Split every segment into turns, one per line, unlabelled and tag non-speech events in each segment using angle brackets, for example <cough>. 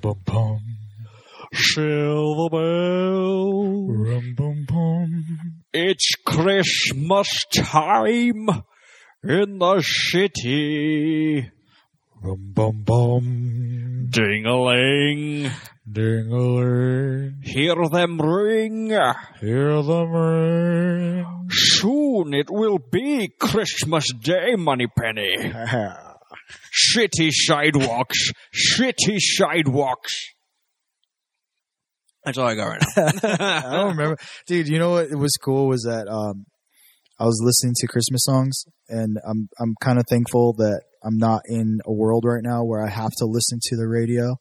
bum bum.
Silver Bell.
Rum bum bum.
It's Christmas time in the city.
Rum bum bum.
Ding a ling.
Ding a ling.
Hear them ring.
Hear them ring.
Soon it will be Christmas Day, <laughs> Moneypenny. Shitty sidewalks. Shitty sidewalks. That's all I got right now.
I
<laughs>
don't remember, dude. You know what was cool was that um, I was listening to Christmas songs, and I'm I'm kind of thankful that I'm not in a world right now where I have to listen to the radio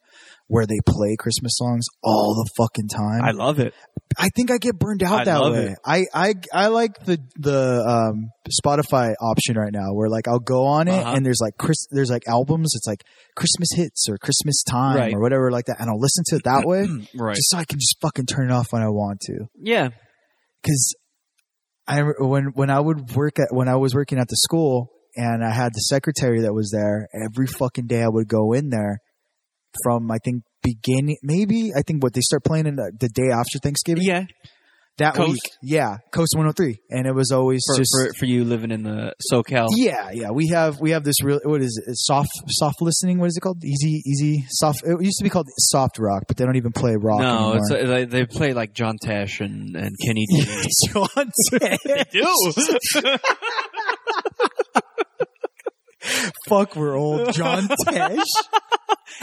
where they play Christmas songs all the fucking time.
I love it. <clears throat>
I think I get burned out
I
that
love
way.
it.
I, I I like the the um, Spotify option right now, where like I'll go on it
Uh-huh.
and there's like Chris, there's like albums. It's like Christmas hits or Christmas time
Right.
or whatever like that, and I'll listen to it that way,
<clears throat> Right.
just so I can just fucking turn it off when I want to.
yeah.
Because I when when I would work at when I was working at the school and I had the secretary that was there every fucking day. I would go in there from I think beginning maybe I think what they start playing in the, the day after Thanksgiving
Yeah.
that
Coast?
week. Yeah, Coast 103, and it was always
For,
just
for, for you living in the SoCal.
yeah, yeah. We have we have this real what is it? It's soft soft listening? What is it called? Easy easy soft. It used to be called soft rock, but they don't even play rock
No,
anymore. <laughs>
it's uh, they, they play like John Tesh and, and Kenny G.
John
<laughs>
Tesh. Fuck, we're
<laughs>
old. John Tesh.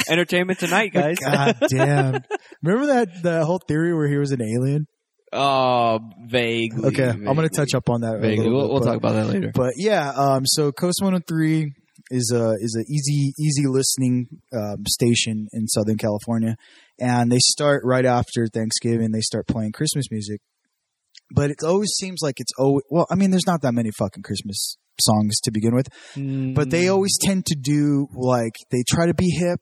Entertainment Tonight, guys.
God damn. Remember that the whole theory where he was an alien?
<laughs> Oh, vaguely.
Okay, I'm gonna
vaguely,
touch up on that. a
Vaguely.
little
We'll,
bit,
we'll
but-
talk about that later.
But yeah, um, so Coast 103 is a is a easy easy listening um, station in Southern California, and they start right after Thanksgiving. They start playing Christmas music, but it always seems like it's oh well. I mean, there's not that many fucking Christmas songs to begin with, Mm, but
Mm.
they always tend to do like they try to be hip,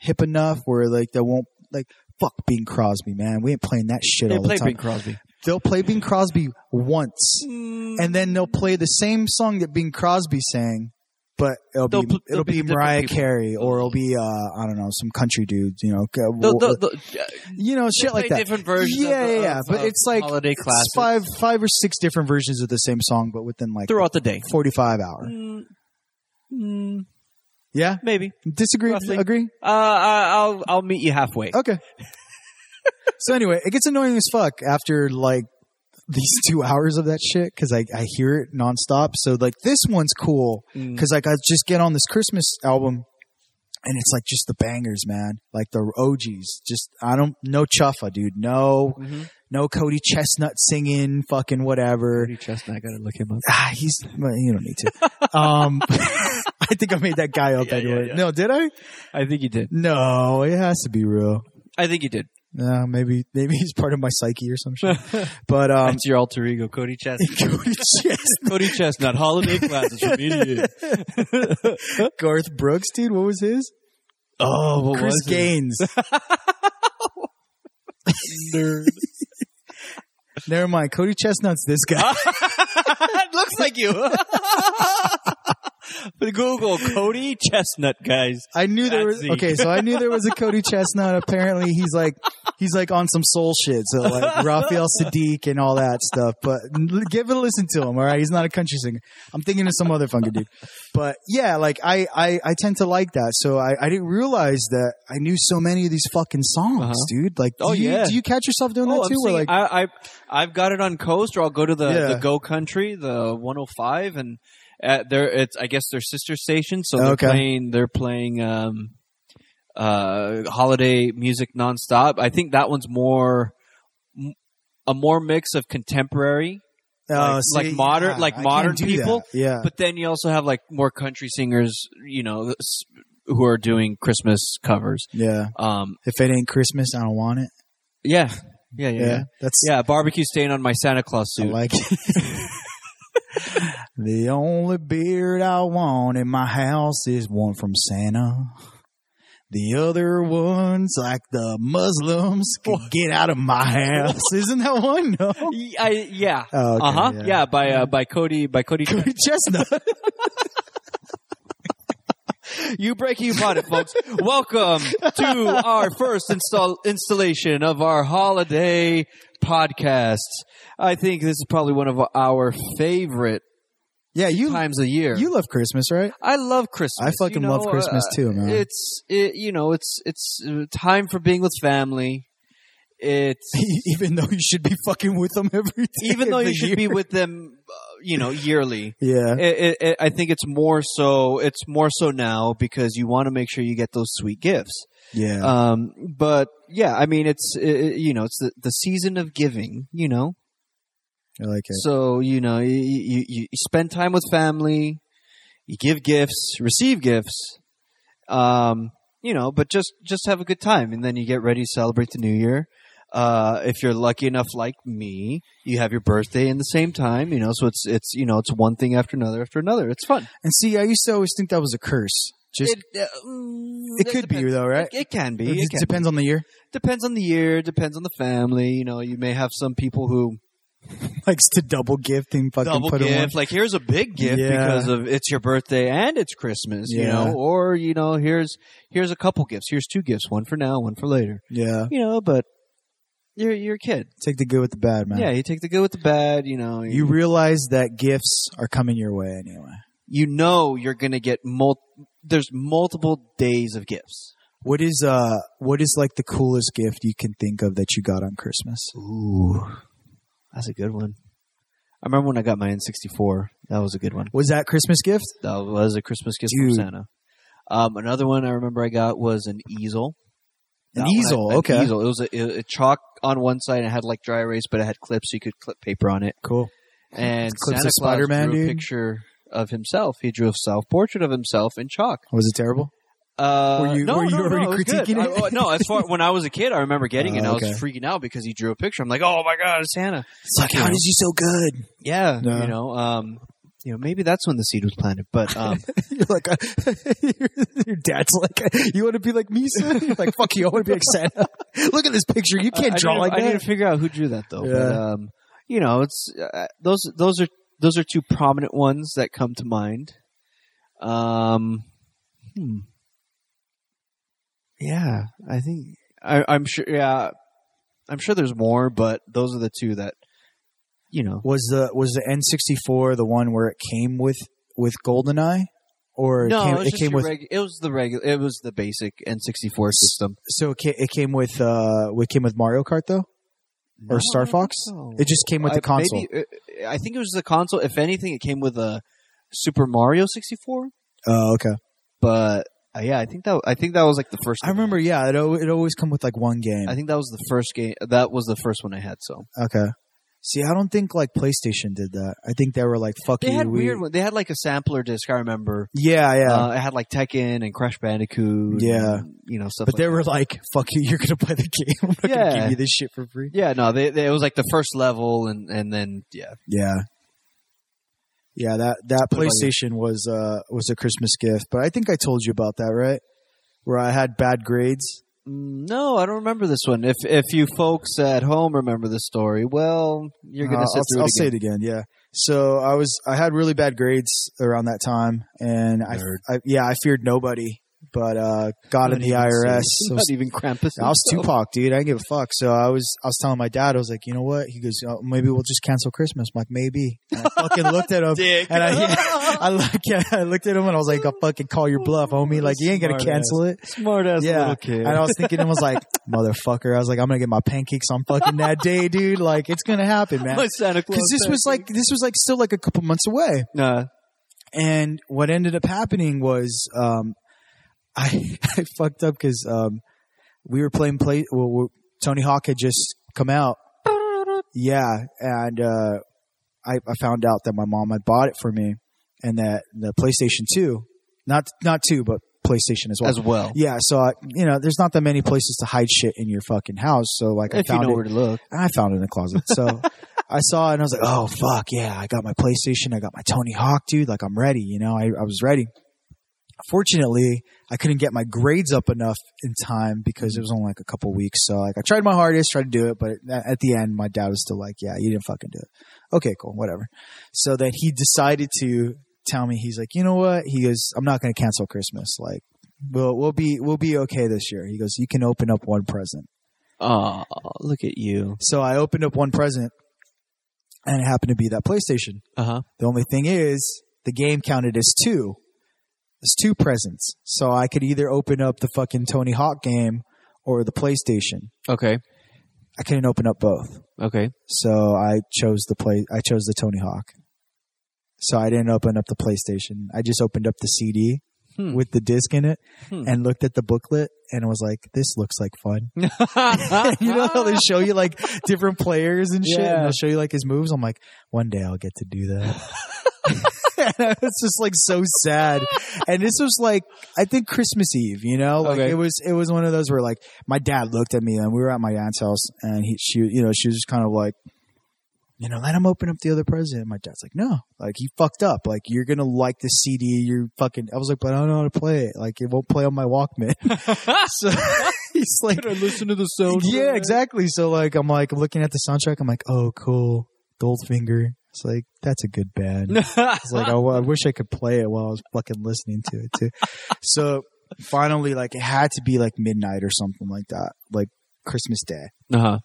hip enough where like they won't like fuck Bing Crosby, man. We ain't playing that shit
they
all the
play
time.
Bing Crosby.
They'll play Bing Crosby once and then they'll play the same song that Bing Crosby sang, but it'll
They'll
be
pl- they'll
it'll
be
be
different
Mariah
people.
Carey or it'll be uh, I don't know some country dude, you know, uh,
They'll-
w-
they'll- they'll-
you know, shit
they
like
play
that.
Different versions. of
Yeah,
the-
yeah, yeah,
of-
but
of
it's like-
holiday classics
It's five five or six different versions of the same song, but within like
throughout the day.
forty five hour.
Mm, mm,
Yeah,
maybe.
disagree?
Roughly.
Agree?
Uh, I- I'll I'll meet you halfway. <laughs>
Okay. so anyway, it gets annoying as fuck after like these two <laughs> hours of that shit because I, I hear it nonstop. So like this one's cool
Mm.
because like I just get on this Christmas album, and it's like just the bangers, man. Like the OGs. Just I don't no Chuffa, dude. No
Mhm.
no Cody Chestnut singing fucking whatever.
Cody Chestnut, I gotta look him up.
Ah, he's well, you don't need
<laughs>
to. um, <laughs> I think I made that guy up
Yeah, yeah,
anyway.
yeah.
No, did I?
I think you did.
No, it has to be real.
I think you did.
No, maybe maybe he's part of my psyche or
<laughs>
some shit. But um,
That's your alter ego, Cody Chestnut.
Cody Chestnut,
<laughs> Cody Chestnut, holiday classes from me to you.
<laughs> Garth Brooks, dude, what was his?
<laughs> Oh, what
Chris
was it?
Gaines. Never mind. Cody Chestnut's this
Ah,
guy.
<laughs> it looks like you. <laughs> but Google Cody Chestnut, guys.
I knew there
That's
was
Zeke.
okay, so I knew there was a Cody Chestnut. Apparently, he's like he's like on some soul shit, so like Raphael Sadiq and all that stuff. But l- give it a listen to him, all right? He's not a country singer. I'm thinking of some other funky dude. But yeah, like I I, I tend to like that. So I, I didn't realize that I knew so many of these fucking songs,
Uh-huh.
dude. Like, do
Oh,
you,
yeah.
do you catch yourself doing
Oh,
that
I'm
too? Where
seeing-
like,
I, I, I've got it on Coast, or I'll go to the,
Yeah.
the Go Country, the 105, and uh there it's I guess their sister station, so they're
Okay.
playing they're playing um, uh, holiday music nonstop. I think that one's more m- a more mix of contemporary,
oh,
like-
see,
like modern-
yeah,
like
Ah, I can't
modern
do that.
people,
Yeah.
but then you also have like more country singers, you know, s- who are doing Christmas covers.
yeah.
Um,
If it ain't Christmas, I don't want it.
yeah, yeah, yeah,
Yeah.
yeah.
That's
Yeah, barbecue stain on my Santa Claus
I
suit.
like <laughs> the only beard I want in my house is one from Santa. The other ones, like the Muslims, can get out of my house. Isn't that one? <laughs> No.
Y- I, yeah.
Oh, okay,
uh huh. Yeah.
<laughs>
by uh, by Cody by Cody.
Cody Chestnut.
you break, you bought it, folks. Welcome to our first install installation of our holiday podcast. I think this is probably one of our favorite
Yeah, you
times of year.
you love Christmas, right? <laughs>
I love Christmas.
I fucking
you know,
love Christmas
uh,
too, man.
It's it, you know it's it's uh, time for being with family. It's
<laughs> Even though you should be fucking with them every day.
<laughs> even though
of
you
the
should be
year.
with them, uh, you know, yearly.
<laughs> Yeah.
it, it, it, I think it's more so. It's more so now because you want to make sure you get those sweet gifts.
Yeah.
Um, but yeah, I mean, it's i i- you know, it's the, the season of giving. You know,
I like it.
so you know, you, you you you spend time with family, you give gifts, receive gifts, um, you know, but just just have a good time, and then you get ready to celebrate the new year. Uh, if you're lucky enough, like me, you have your birthday in the same time, you know. So it's it's you know it's one thing after another after another. It's fun.
And see, I used to always think that was a curse. Just it,
it, uh, mm,
could be
depends.
though, right?
It, it can be.
It,
It can.
depends on the year.
depends on the year. Depends on the family. You know, you may have some people who
Likes to double gift and fucking
double
put them on.
gift. Like here's a big gift
Yeah.
because of it's your birthday and it's Christmas. You
Yeah.
know, or you know, here's here's a couple gifts. Here's two gifts. One for now. One for later.
Yeah.
You know, but you're you're a kid.
Take the good with the bad, man.
Yeah, you take the good with the bad. You know,
You realize that gifts are coming your way anyway.
you know you're gonna get mul- There's multiple days of gifts.
What is uh what is like the coolest gift you can think of that you got on Christmas?
Ooh, that's a good one. I remember when I got my N64. That was a good one.
Was that Christmas gift?
That was a Christmas gift from
Dude.
Santa. Um, another one I remember I got was an easel. That
An
one I-
easel,
an
okay.
easel. It was a, a- a chalk on one side and it had like dry erase, but it had clips so you could clip paper on it.
Cool.
And
Clips
Santa
of
Claus
Spider-Man,
drew a
dude.
picture of himself. He drew a self portrait of himself in chalk.
Was it terrible?
Uh,
Were you-
no,
were you
no,
already
no, it was good.
critiquing
I-
it?
oh, no, as
<laughs>
far when I was a kid, I remember getting it. and I
Oh,
was
okay.
freaking out because he drew a picture. I'm like, oh my god, it's Santa.
It's like, how did you so good?
Yeah,
Yeah.
you know, um, you know, maybe that's when the seed was planted. But um,
You're like, uh, <laughs> your dad's like, you want to be like me, son? You're like, fuck you, I want to be like Santa. <laughs> Look at this picture. <laughs> You
I-
can't
I
draw
need, to-
like
I need
that.
to figure out who drew that though. But,
Yeah.
um, you know, it's uh, those those are those are two prominent ones that come to mind. Um, hmm. yeah, I think I, I'm sure. Yeah, I'm sure there's more, but those are the two that you know.
Was the was the N64 the one where it came with with GoldenEye, or it
no,
came,
it was, just
came
your
with
regu- it was the regular. It was the basic N64 system.
so it came, it came with uh it came with Mario Kart though,
No,
or
I
Star
don't
Fox?
think so.
It just came with the
I-
console.
maybe- uh, I think it was the console. If anything, it came with a Super Mario 64.
Oh, okay.
But uh, yeah, I think that I think that was like the first.
I remember. Yeah, it al- it always come with like one game.
I think that was the first game. That was the first one I had. So
okay. See, I don't think like PlayStation did that. I think they were like, "Fuck
they
you."
had
we-
weird one. They had like a sampler disc. I remember.
Yeah, yeah.
Uh, it had like Tekken and Crash Bandicoot.
Yeah.
and, you know stuff.
but
like
they
that.
were like, "Fuck you, <laughs> you're gonna play the game. I'm not gonna
Yeah.
give you this shit for free."
Yeah, no, they, they, it was like the first level, and and then yeah,
Yeah. Yeah, that that
What about you?
PlayStation was uh was a Christmas gift, but I think I told you about that, right? Where I had bad grades.
Mm, no, I don't remember this one. If if you folks at home remember this story, well, you're gonna
Uh, I'll,
sit through
I'll
it
say
again.
it again. Yeah. So I was I had really bad grades around that time, and I,
Nerd.
I yeah I feared nobody, but uh, God in the
Not even
IRS.
serious.
I
not
was,
even Krampus. Oh, <laughs>
I was
himself.
Tupac, dude. I didn't give a fuck. So I was I was telling my dad, I was like, you know what? He goes, oh, maybe we'll just cancel Christmas. I'm like, maybe. And I fucking looked at him.
dick.
And <laughs> I, I, look, I looked at him and I was like, I'll fucking call your bluff, homie. Like, you ain't going to
Smart ass.
cancel it.
<laughs> smart ass
Yeah.
little kid.
And I was thinking, I
<laughs>
was like, motherfucker. I was like, I'm going to get my pancakes on fucking that day, dude. Like, it's going to happen, man.
My Santa Claus.
Because this was like, this was like still like a couple months away.
nah.
And what ended up happening was, um, I, <laughs> I fucked up because, um, we were playing play, well, we Tony Hawk had just come out. Yeah. And, uh, I, I found out that my mom had bought it for me and that the PlayStation 2, not, not 2, but PlayStation as well.
as well.
yeah. So, I, you know, there's not that many places to hide shit in your fucking house. So like I
If you
found
know
it
where to look,
and I found it in the closet. So I saw it and I was like, oh fuck, yeah, I got my PlayStation, I got my Tony Hawk, dude. Like I'm ready, you know, I, I was ready. Fortunately, I couldn't get my grades up enough in time because it was only like a couple weeks. So like I tried my hardest, tried to do it, but a- at the end, my dad was still like, yeah, you didn't fucking do it. Okay, cool, whatever. So then he decided to tell me he's like, you know what? He goes, I'm not going to cancel Christmas. Like, we'll we'll be we'll be okay this year. He goes, you can open up one present.
Oh, look at you.
So I opened up one present, and it happened to be that PlayStation.
Uh huh.
The only thing is, the game counted as two. It's two presents. So I could either open up the fucking Tony Hawk game or the PlayStation.
Okay.
I couldn't open up both.
<laughs> Okay.
So I chose the play I chose the Tony Hawk. So I didn't open up the PlayStation. I just opened up the CD
Hmm.
with the disc in it
Hmm.
and looked at the booklet and was like, this looks like fun. <laughs> you know how
<laughs>
they show you like different players and shit
Yeah.
and they'll show you like his moves. I'm like, one day I'll get to do
<laughs>
that. <laughs> and I was just like so sad. And this was like I think Christmas Eve, you know? Like
Okay.
it was it was one of those where like my dad looked at me and we were at my aunt's house and he she you know, she was just kind of like you know, let him open up the other present. My dad's like, no, like he fucked up. Like you're gonna like the CD. You're fucking. I was like, but I don't know how to play it. Like it won't play on my Walkman. <laughs> so he's like,
I listen to the sound?
yeah, exactly. So like, I'm like, I'm looking at the soundtrack. I'm like, oh, cool, Goldfinger. It's like that's a
<laughs>
good band. It's like oh, well, I wish I could play it while I was fucking listening to it too. so finally, like, it had to be like midnight or something like that, like Christmas Day.
uh huh.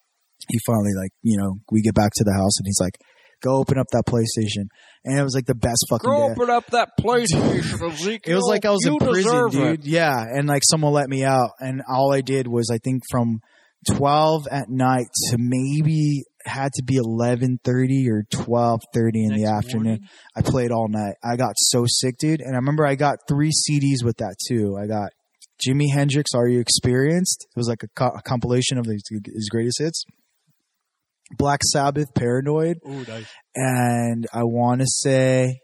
He finally, like, you know, we get back to the house and he's like, go open up that PlayStation, and it was like the best fucking day.
open up that PlayStation, Ezekiel.
<laughs> It was like I was in prison, dude. Yeah, and like someone let me out, and all I did was I think from twelve at night to maybe had to be eleven thirty or twelve thirty in the afternoon. I played all night. I got so sick, dude. And I remember I got three CDs with that too. I got Jimi Hendrix, Are You Experienced? It was like a, co- a compilation of his, his greatest hits. Black Sabbath, Paranoid,
Oh, nice.
and I want to say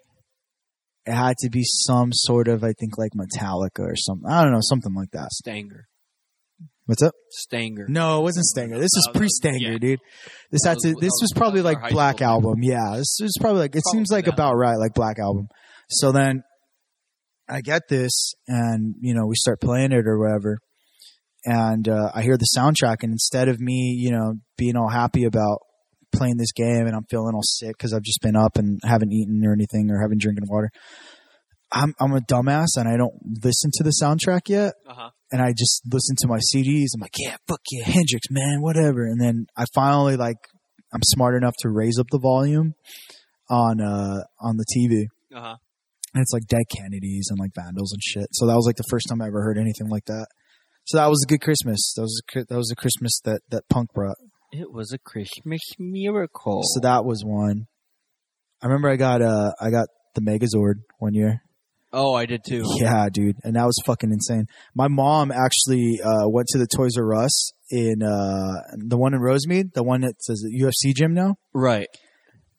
it had to be some sort of I think like Metallica or something. I don't know, something like that.
Stanger.
What's up?
Stanger.
No, it wasn't Stanger. This was
No, no,
pre-Stanger,
yeah.
dude. This
That
had to.
was-
This
that
was
was
probably
our
like
high
Black
school
Album. Yeah, this was probably like it seems
Probably
like
that.
about right, like Black Album. So then I get this, and you know we start playing it or whatever, and uh, I hear the soundtrack, and instead of me, you know, being all happy about playing this game, and I'm feeling all sick because I've just been up and haven't eaten or anything or haven't drinking water. I'm I'm a dumbass and I don't listen to the soundtrack yet
Uh-huh.
and I just listened to my CDs. I'm like, yeah, fuck yeah, Hendrix, man, whatever. And then I finally like, I'm smart enough to raise up the volume on uh on the TV,
Uh-huh.
and it's like Dead Kennedys and like Vandals and shit. So that was like the first time I ever heard anything like that. So that was a good Christmas. That was a, cri- that was a Christmas that that punk brought.
It was a Christmas miracle.
So that was one. I remember I got uh I got the Megazord one year.
oh, I did too.
Yeah, dude, and that was fucking insane. My mom actually uh, went to the Toys R Us in uh, the one in Rosemead, the one that says UFC gym now,
Right.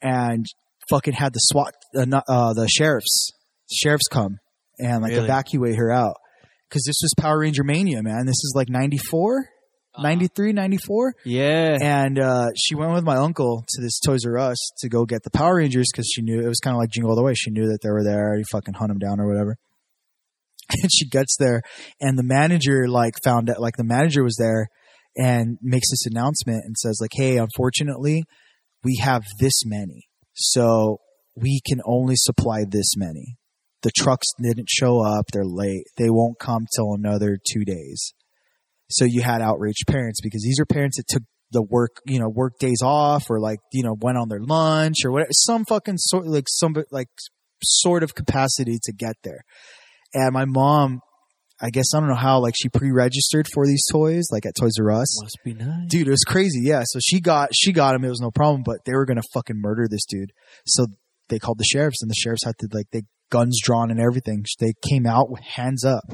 and fucking had the SWAT, uh, not, uh, the sheriffs, sheriffs come and like
Really?
evacuate her out because this was Power Ranger Mania, man. This is like 94,
Uh-huh.
93, 94
Yeah.
and uh, she went with my uncle to this Toys R Us to go get the Power Rangers because she knew it was kind of like Jingle All the Way. She knew that they were there. You fucking hunt them down or whatever. <laughs> And she gets there, and the manager like found out like the manager was there, and makes this announcement and says like, "Hey, unfortunately, we have this many, so we can only supply this many. The trucks didn't show up. They're late. They won't come till another two days." So you had outraged parents because these are parents that took the work, you know, work days off or like, you know, went on their lunch or whatever, some fucking sort, like some, like sort of capacity to get there. And my mom, I guess, I don't know how, like she pre-registered for these toys, like at Toys R Us.
Must be nice.
Dude, it was crazy. Yeah. So she got, she got him. It was no problem, but they were going to fucking murder this dude. So they called the sheriffs and the sheriffs had to like, they guns drawn and everything. They came out with hands up,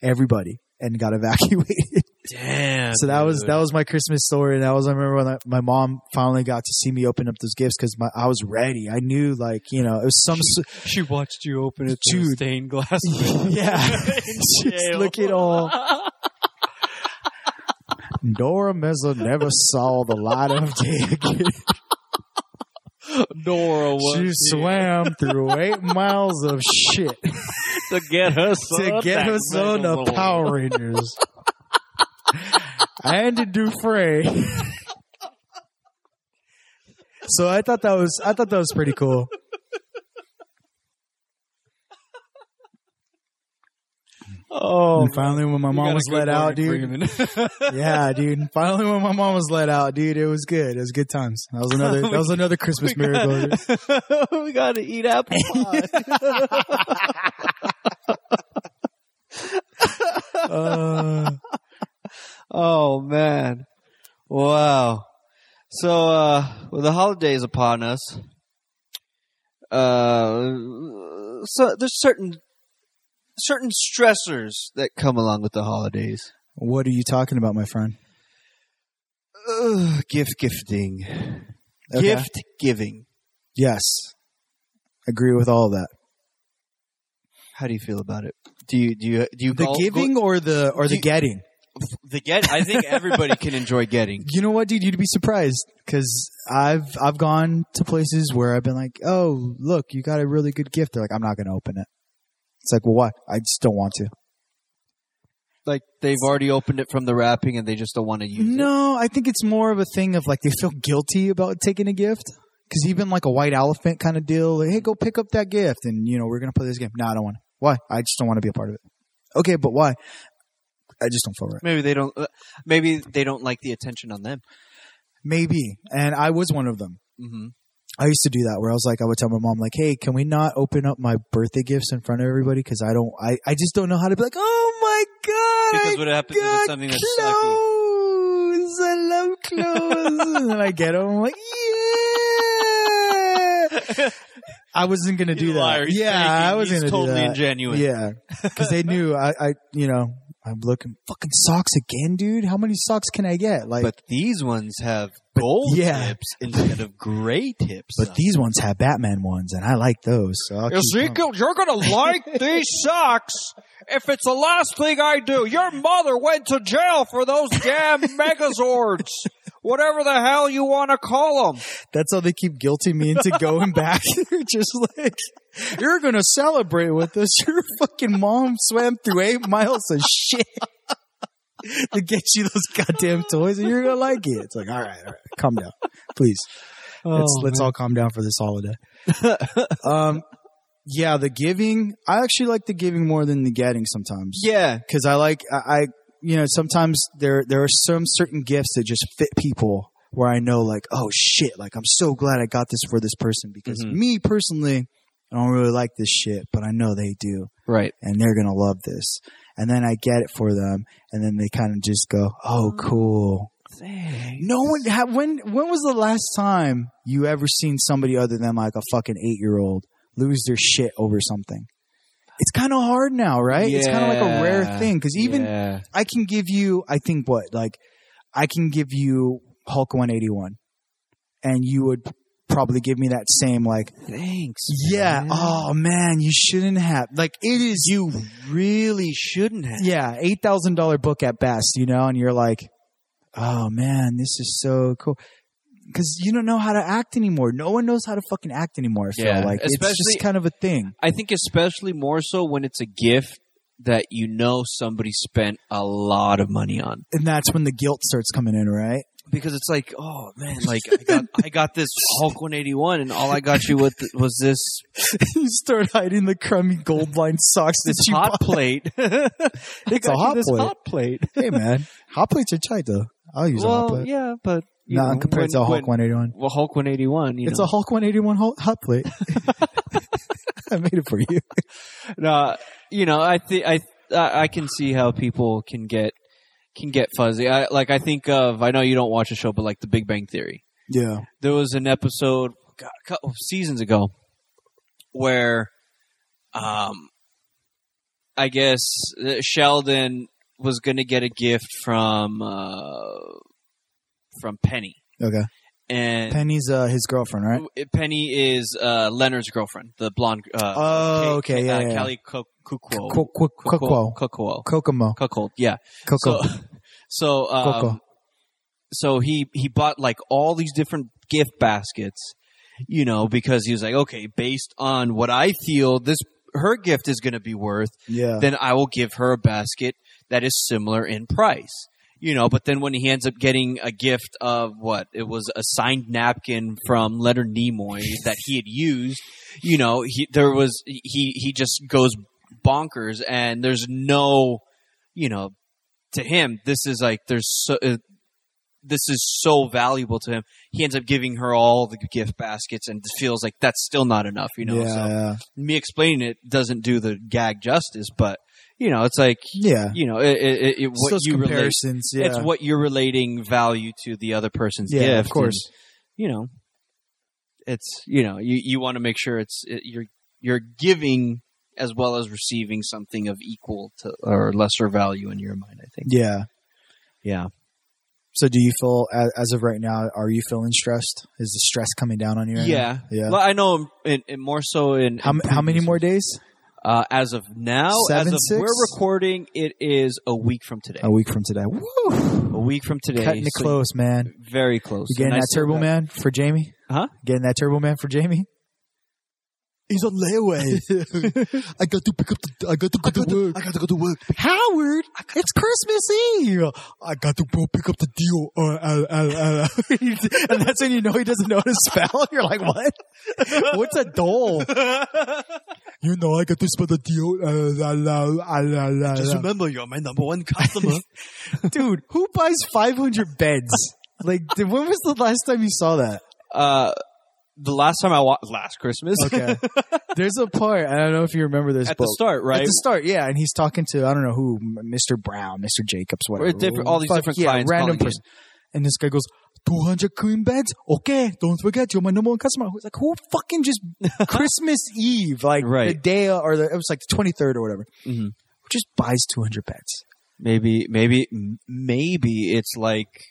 everybody and got <laughs> evacuated.
Damn.
So that was
dude.
that was my Christmas story, and that was I remember when I, my mom finally got to see me open up those gifts because I was ready. I knew like you know it was some s-
She watched you open it
through a Dude.
stained glass.
<laughs> yeah. Just look at all. Dora Mezzo never saw the light of day again.
Nora
She swam through eight miles of shit
to get her
<laughs> to get her son a Power Rangers. Andy Dufresne. so I thought that was I thought that was pretty cool.
Oh,
and finally, when my mom was let out, dude.
<laughs>
yeah, dude. Finally, when my mom was let out, dude, it was good. It was good times. That was another. That was
<laughs>
another Christmas miracle.
we gotta eat apple pie.
<laughs> Uh,
oh man, wow. So, uh, with the holidays upon us, uh, so there's certain certain stressors that come along with the holidays.
what are you talking about, my friend?
Ugh, gift gifting,
Okay.
gift giving.
Yes, agree with all of that.
How do you feel about it? Do you do you do you
The
call-
giving or the or the
You-
getting.
the get? I think everybody can enjoy getting.
You know what, dude? You'd be surprised because I've I've gone to places where I've been like, oh, look, you got a really good gift. They're like, I'm not going to open it. It's like, well, why? I just don't want to.
<laughs> Like they've already opened it from the wrapping and they just don't want to use it.
No, I think it's more of a thing of like they feel guilty about taking a gift because even like a white elephant kind of deal. Like, hey, go pick up that gift, and you know we're gonna play this game. No, I don't want. to. Why? I just don't want to be a part of it. Okay, but why? I just don't feel right.
Maybe they don't. uh, Maybe they don't like the attention on them.
Maybe, and I was one of them.
hmm
I used to do that where I was like, I would tell my mom like, "Hey, can we not open up my birthday gifts in front of everybody? Because I don't, I, I just don't know how to be like, oh my god,
Because
I
what happens if it's
got
something that's sucky?
clothes. I
<laughs>
love clothes, and then I get them. I'm like, yeah. I wasn't gonna do
You
that.
liar, he's
yeah,
faking,
I was
he's
gonna
totally
do that.
ingenuine.
Yeah, because they knew I, I, you know, I'm looking fucking socks again, dude. How many socks can I get? Like,
But these ones have gold
yeah.
tips instead of gray tips.
but these ones have Batman ones, and I like those. So I'll keep them.
Ezekiel, you're gonna like these socks if it's the last thing I do. Your mother went to jail for those damn megazords. Whatever the hell you want to call them.
That's how they keep guilting me into going back. <laughs> They're just like, you're going to celebrate with us. <laughs> Your fucking mom swam through eight miles of shit <laughs> to get you those goddamn toys and you're going to like it. It's like, all right, all right, calm down, please. let's let's all calm down for this holiday. um, yeah, the giving, I actually like the giving more than the getting sometimes
yeah,
because I like I, I you know sometimes there there are some certain gifts that just fit people where I know like oh shit like I'm so glad I got this for this person because
Mhm.
me personally I don't really like this shit but I know they do
right.
and they're gonna love this and then I get it for them and then they kind of just go oh cool no one ha- when when was the last time you ever seen somebody other than like a fucking eight year old lose their shit over something. It's kind of hard now, right? It's kind of like a rare
Yeah.
thing because even
Yeah.
I can give you, I think what, like, I can give you Hulk 181 and you would probably give me that same, like,
thanks.
yeah,
man.
oh man, you shouldn't have, like, it is,
you really shouldn't have.
yeah, $8,000 book at best, you know, and you're like, oh man, this is so cool. Cause you don't know how to act anymore. No one knows how to fucking act anymore. I feel
Yeah,
like it's
especially-
just kind of a thing.
I think especially more so when it's a gift that you know somebody spent a lot of money on.
And that's when the guilt starts coming in, right? <laughs>
because it's like, oh man, like I got I got this Hulk 181, and all I got you with was this
<laughs> you start hiding the crummy gold lined socks that
this
you
hot plate.
<laughs>
it's
a hot
this
plate.
hot plate.
hey man, hot plates are tight though. I'll use a hot
well,
plate.
yeah, but you
Not
know,
compared
when-
to a Hulk
when-
181.
Well, Hulk 181. You
It's
know.
a Hulk 181 hol- hot plate. <laughs> I made it for you.
No, you know, I think I I I can see how people can get can get fuzzy. I like I think of I know you don't watch a show, but like The Big Bang Theory.
Yeah.
there was an episode God, a couple of seasons ago where um i guess uh, sheldon was gonna get a gift from uh from penny
Okay.
and
Penny's uh, his girlfriend, right?
penny is uh leonard's girlfriend the blonde uh
Oh,
K-
okay.
K-
Yeah.
uh,
yeah.
Kelly Cu- Cuoco.
Qu- qu-
Cuoco.
Coco.
Cuoco.
Kokomo.
Cuckold, yeah
Coco.
so, <laughs> so, um,
Coco.
so he he bought like all these different gift baskets, you know, because he was like, okay, based on what I feel this her gift is going to be worth,
<laughs> Yeah.
then I will give her a basket that is similar in price. You know, but then when he ends up getting a gift of what it was a signed napkin from Leonard Nimoy that he had used, you know, he there was he he just goes bonkers, and there's no, you know, to him this is like there's so. Uh, this is so valuable to him. He ends up giving her all the gift baskets and feels like that's still not enough, you know.
yeah,
So
yeah.
me explaining it doesn't do the gag justice, but you know, it's like
yeah.
you know, it, it, it, it what
Those
you relate.
comparisons,
It's
yeah.
what you're relating value to the other person's
Yeah, of
gift.
course.
and, you know, it's you know you you want to make sure it's it, you're you're giving as well as receiving something of equal to or lesser value in your mind. I think.
yeah.
Yeah.
So do you feel as, as of right now? Are you feeling stressed? Is the stress coming down on you? Right
Yeah.
Now? Yeah.
Well, I know in, in more so in
How, m-
in
how many
previous-
more days?
Uh, as of now,
Seven,
as of
six?
we're recording, it is a week from today.
A week from today. Woo!
A week from today,
Cutting it
so
close, man.
very close.
You getting
And I
that
still
Turbo
got-
Man for Jamie?
Huh?
Getting that Turbo Man for Jamie?
He's on layaway. <laughs> I got to pick up. The, I got to go to work. I got to go to work.
Howard, it's Christmas Eve.
I got to go pick up the deal. Uh, uh, uh, uh.
and that's when <laughs> you know he doesn't know how to spell. <laughs> You're like, what? What's a dole?
<laughs> You know, I got to spell the deal. Uh, la, la, la, la, la,
Just
la.
remember, you're my number one customer.
<laughs> Dude, who buys 500 beds? Like, dude, when was the last time you saw that? <laughs>
uh, the last time I watched last
<laughs>
Christmas
Okay. There's a part, I don't know if you remember this,
at
but
the start, right?
At the start, yeah, and he's talking to I don't know who, M- Mr. Brown, Mr. Jacobs, whatever.
different- all these different
yeah,
clients
random
calling in.
person. And this guy goes, 200 queen beds? Okay, don't forget, you're my number one customer. I was like, who
<laughs>
fucking just Christmas Eve, like
Right.
the day or the, it was like the 23rd or whatever,
Mhm.
who just buys 200 beds?
Maybe, maybe, m- maybe it's like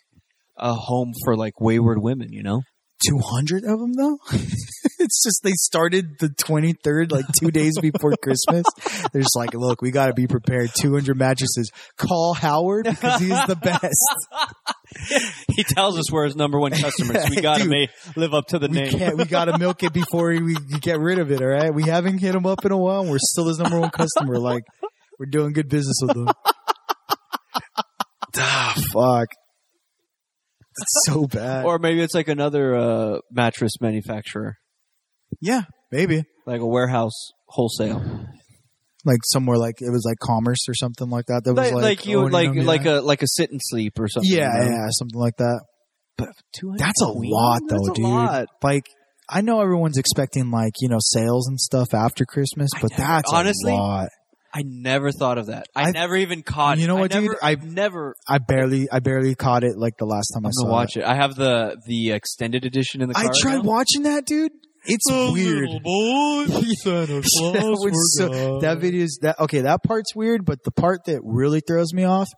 a home for like wayward women, you know?
200 of them though? <laughs> it's just they started the 23rd, like two days
<laughs>
before Christmas. They're just like, look, we got to be prepared. 200 mattresses. Call Howard because
<laughs>
he's the best.
<laughs> He tells us we're his number one customer, so
<laughs>
we gotta
Dude.
ma- live up to the
we
name.
can't. We gotta milk it before we get rid of it. All right. We haven't hit him up in a while. and We're still his number one customer. Like we're doing good business
<laughs>
with them. ah, fuck. That's so bad.
Or maybe it's like another uh, mattress manufacturer,
yeah, maybe
like a warehouse wholesale,
like somewhere like it was like commerce or something like that. That was
like,
like, "Oh,
like, you
owning
like
them,
like
yeah.
a like a sit and sleep or something.
yeah,
you know?
yeah, something like that.
But 200
That's a
queen?
lot, though,
That's a
dude.
lot.
Like. I know everyone's expecting like you know sales and stuff after Christmas, but
never-
that's
honestly,
a lot.
I never thought of that. I,
I-
never even caught.
You know
it.
what,
I
dude?
Never,
I-
never.
I barely I barely caught it like the last time
I'm
saw
gonna
it.
watch it. I have the the extended edition in the car.
I tried
now. Oh,
watching that, dude. It's weird. <laughs> That was so- that video is that okay. That part's weird, but the part that really throws me off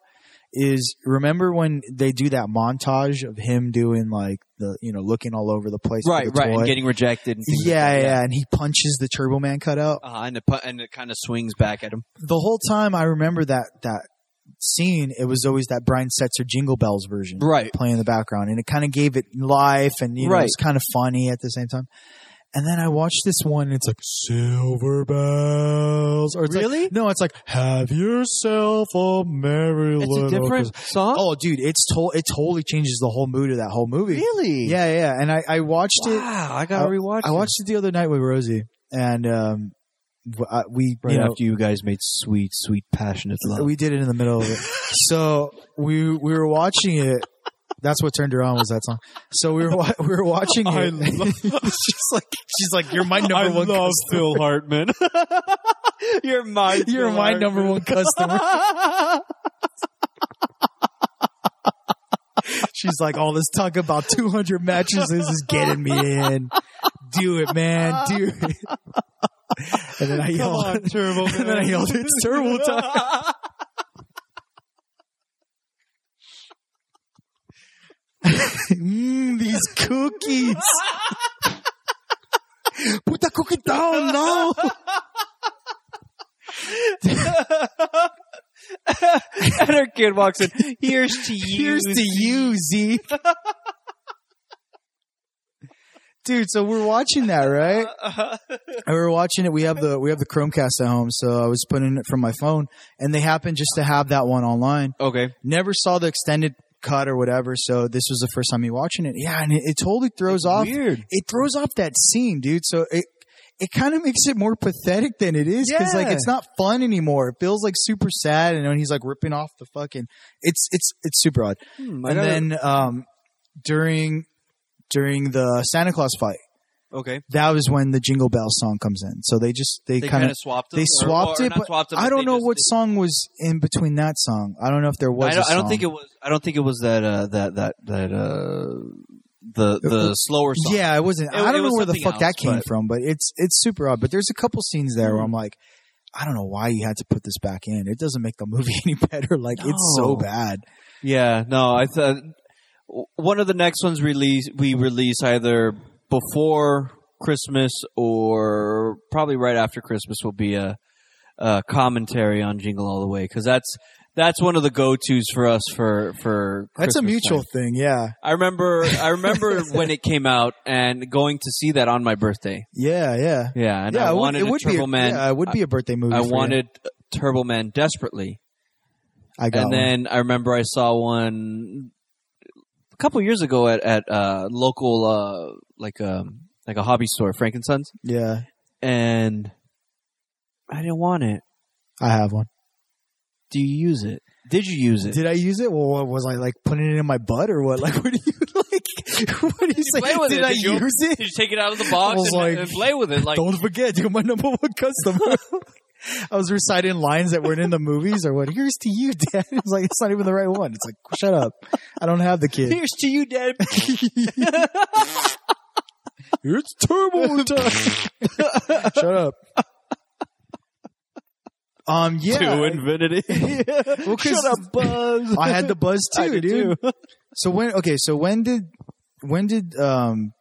is remember when they do that montage of him doing like the you know looking all over the place, for
Right,
the
right,
toy?
and getting rejected. And things
yeah,
like
yeah,
that.
yeah, and he punches the Turbo Man cutout.
Uh, and, it, pu- and it kind of swings back at him.
The whole time I remember that that scene, it was always that Brian Setzer Jingle Bells version,
Right.
playing in the background, and it kind of gave it life, and you know,
Right.
it's kind of funny at the same time. And then I watched this one, and it's like silver bells, or it's like-
Really?
no, it's like have yourself a merry
It's
little.
a different
Christmas."
song.
Oh, dude, it's to- it totally changes the whole mood of that whole movie.
really?
Yeah, yeah. And I, I watched it.
Wow, I gotta rewatch.
I watched it the other night with Rosie, and um, w- I- we
it right
you know,
after you guys made sweet, sweet, passionate love.
we did it in the middle of it. So we we were watching it. That's what turned her on was that song. So we were wa- we were
<laughs>
watching
I
it. <laughs> she's like she's
<laughs>
like you're my number one. customer.
Phil Hartman. You're my.
You're
Phil
my
Hartman.
number one <laughs> customer. She's like, all this talk about 200 mattresses is getting me in. Do it, man. Do it. And then I yelled,
Turbo.
and then I yelled, it's <laughs> terrible time. Mmm, these cookies. Put the cookie down now.
and her kid walks in. Here's to you.
Here's to you, Zeke. Dude, so we're watching that, right?
<laughs>
And we're watching it. We have the we have the Chromecast at home, so I was putting it from my phone, and they happened just to have that one online.
Okay.
Never saw the extended cut or whatever, so this was the first time me watching it. Yeah, and it, it totally throws off
Weird.
it throws off that scene, dude. So it it kind of makes it more pathetic than it is because like
Yeah.
it's not fun anymore. It feels like super sad, and when he's like ripping off the fucking, it's it's it's super odd.
Hmm, I
and
gotta-
then um, during during the Santa Claus fight,
okay,
that was when the Jingle Bell song comes in. So they just they,
they
kind of
swapped them.
they
or-
swapped
or
it,
not
but
swapped them,
I don't
they
know
just-
what
they-
song was in between that song. I don't know if there was.
I don't,
a
I don't
song.
think it was. I don't think it was that. Uh, that that that. Uh, the the slower song.
uh, Yeah, it wasn't.
It-
I
it
don't
was
know where the
something
fuck that
else,
came
but-
from, but Hmm. it's it's super odd. But there's a couple scenes there where I'm like, I don't know why you had to put this back in. It doesn't make the movie <laughs> any better. Like it's so
No.
bad.
Yeah, no, I thought w- one of the next ones release we release either before Christmas or probably right after Christmas will be a, a commentary on Jingle All the Way because that's that's one of the go tos for us for for
That's a
Christmas
mutual
time.
thing. Yeah,
I remember I
<laughs>
remember when it came out and going to see that on my birthday.
yeah, yeah.
Yeah, and
yeah,
I
it would-
wanted
it
a
would be
Turbo
a,
Man.
Yeah, it would be a birthday movie.
I
for you.
wanted Turbo Man desperately.
I got
and
one.
then I remember I saw one a couple years ago at at uh, local uh, like um like a hobby store, Frankensons,
yeah,
and I didn't want it.
I have one.
Do you use it? Did you use it?
Did I use it? Well, what, was I like putting it in my butt or what? Like, what do you <laughs> like? What do you, say?
play with
Did
it?
I
Did you-
use it?
you take it out of the
I was like,
play with it? Like <laughs>
Don't forget, you're my number one customer. <laughs> I was reciting lines that weren't in the movies or what. Here's to you, <laughs> Dad. It's like it's not even the right one. It's like shut up. I don't have
<laughs>
the kid.
here's to you, Dad.
It's turbo time. <laughs> shut up. Um. Yeah.
to <laughs> infinity.
Well, 'cause
Shut up, Buzz.
I had the buzz
<laughs> I
too,
did
dude.
too. <laughs>
So when? Okay. So when did? When did? Um.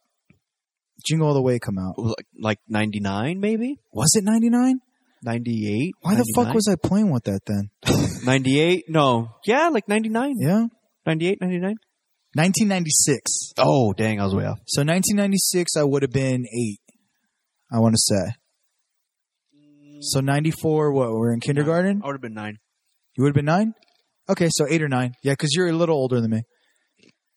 Jingle All the Way come out?
Like- Like ninety nine, maybe
Was it ninety nine?
ninety eight.
Why the fuck was I playing with that then?
ninety eight? No, yeah, like ninety nine.
Yeah.
98, 99?
1996.
Oh, dang, I was way off.
So 1996, I would have been eight. I want to say. So 94, what? We're in kindergarten.
I would have been nine.
You would have been nine. Okay, so eight or nine. Yeah, because you're a little older than me.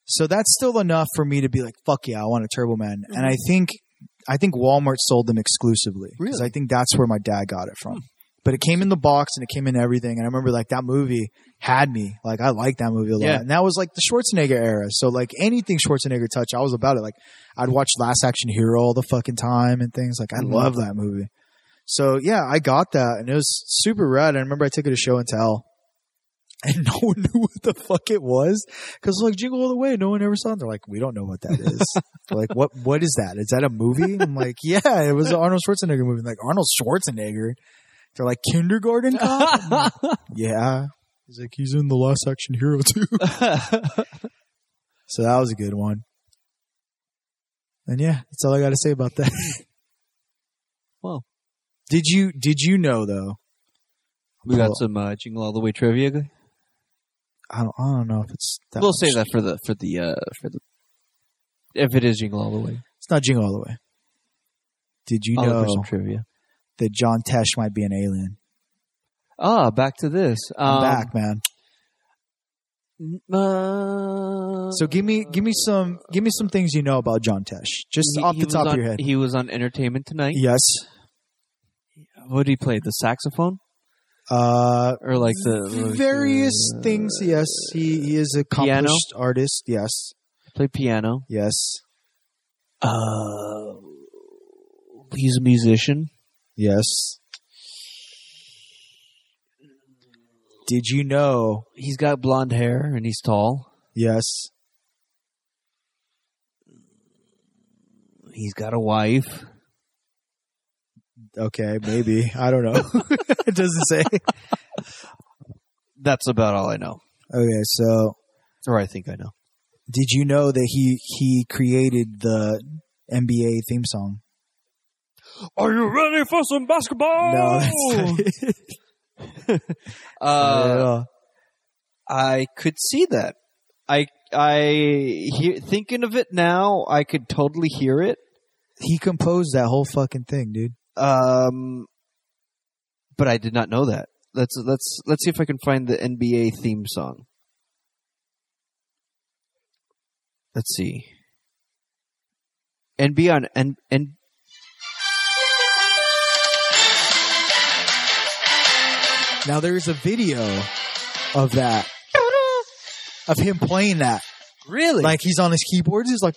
So that's still enough for me to be like, fuck yeah, I want a Turbo Man. And I think, I think Walmart sold them exclusively because I think that's where my dad got it from. But it came in the box and it came in everything. And I remember like that movie had me. Like I liked that movie a lot.
Yeah.
And that was like the Schwarzenegger era. So like anything Schwarzenegger touched, I was about it. Like I'd watch Last Action Hero all the fucking time and things. Like I
Mhm.
love that movie. So yeah, I got that and it was super rad. I remember I took it to show and tell. <laughs> And no one knew what the fuck it was. Cause like jingle all the way, no one ever saw it. They're like, we don't know what that is. They're like, what what is that? Is that a movie? I'm like, yeah, it was an Arnold Schwarzenegger movie. I'm like, Arnold Schwarzenegger. They're like kindergarten cop? I'm like, <laughs> yeah. He's like, he's in the last action hero too. So that was a good one. And yeah, that's all I got to say about <laughs> that.
Well.
did you did you know though?
<laughs> we
Well,
got some uh, jingle all the way trivia.
I don't, I don't know if it's that
we'll
much.
save that for the for the uh, for the if it is jingle all the way.
It's not jingle all the way. Did you
I'll look for
know
some trivia.
that John Tesh might be an alien?
Ah, back to this.
I'm
Um,
back, man.
n- uh,
So give me give me some give me some things you know about John Tesh, just
he-
off
he
the
was
top of
on-
your head.
He was on Entertainment Tonight.
yes,
What did he play? The saxophone
uh,
or like the like
various
the-
things. Yes, he, he is accomplished artist. Yes,
Play piano.
yes,
Uh, he's a musician.
Yes. Did you know?
He's got blonde hair and he's tall.
Yes.
He's got a wife.
Okay, maybe. I don't know. <laughs> it doesn't say.
That's about all I know,
Okay, so
or I think I know.
did you know that he he created the NBA theme song?
Are you ready for some basketball?
No, that's <laughs> not it. Not at
Oh! Uh,
all.
I could see that. I I hear, thinking of it now, I could totally hear it.
he composed that whole fucking thing, dude.
Um, but I did not know that. Let's let's let's see if I can find the NBA theme song. Let's see. NBA on N, N,
Now there is a video of that, of him playing that.
Really?
Like he's on his keyboards. He's like,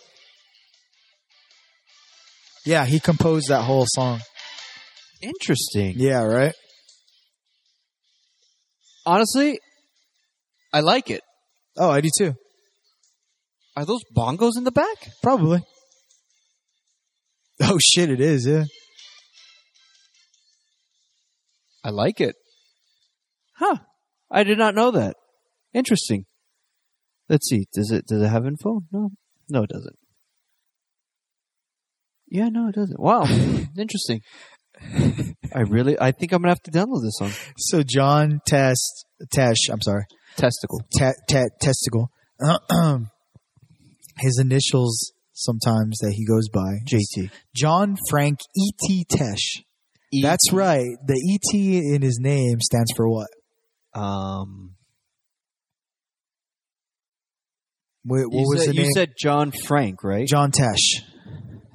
yeah, he composed that whole song.
interesting.
Yeah, right.
Honestly, I like it.
Oh, I do too.
Are those bongos in the back?
Probably. Oh shit! It is. Yeah.
I like it. Huh. I did not know that. Interesting. Let's see. Does it does it have info? No. No, it doesn't. Yeah, no, it doesn't. Wow.
<laughs>
Interesting. I really I think I'm gonna have to download this song.
So John Test Tesh, I'm sorry,
Testicle.
ta- ta- testicle. <clears throat> His initials sometimes that he goes by
JT.
John Frank E T Tesh. That's right. The E T in his name stands for what?
um
Wait, what
you
was
said,
the
you
name?
said John Frank, right?
John Tesh.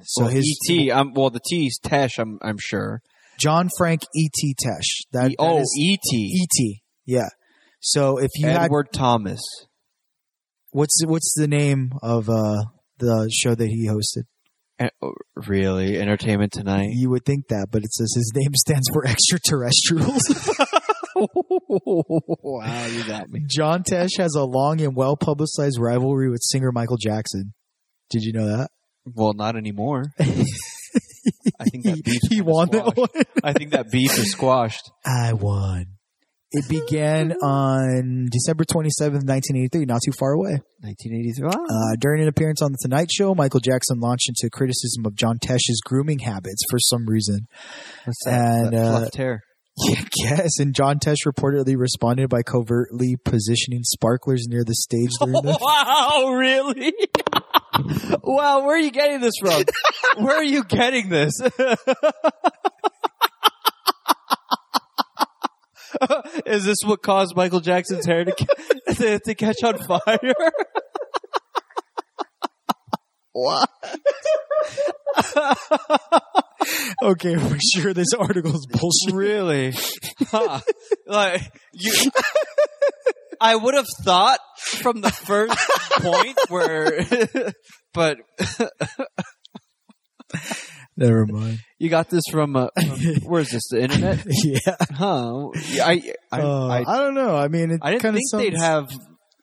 So
well,
his
ET. I'm, well, the T is Tesh. I'm I'm sure.
John Frank E T Tesh. That,
E- oh,
that is
ET.
E T. Yeah. So if you had
Edward Thomas.
what's what's the name of uh the show that he hosted? Uh,
And, oh, really, Entertainment Tonight.
You would think that, but it says his name <laughs> stands for extraterrestrials.
<laughs> wow, you got me.
John Tesh has a long and well publicized rivalry with singer Michael Jackson. Did you know that?
Well, not <laughs> anymore. I think that beef.
He won that one. <laughs>
I think that beef is squashed.
I won. It began on December 27th, 1983, not too far away.
1983.
Uh, during an appearance on The Tonight Show, Michael Jackson launched into criticism of John Tesh's grooming habits for some reason.
What's that
and, uh,
fluffed hair.
<laughs> Yes, and John Tesh reportedly responded by covertly positioning sparklers near the stage during the
<laughs> Wow, really? <laughs> wow, where are you getting this from? where are you getting this? <laughs> Is this what caused Michael Jackson's hair to, <laughs> ca- to, to catch on fire?
Okay, for sure this article's
<laughs>
bullshit.
really? Huh. Like you I would have thought from the first point where <laughs> but
Never mind.
you got this from, uh, from where's this the internet?
<laughs> yeah.
Huh? Yeah, I, I,
Uh,
I,
I, don't know. I mean, it
I didn't
kind of
think
sounds,
they'd have,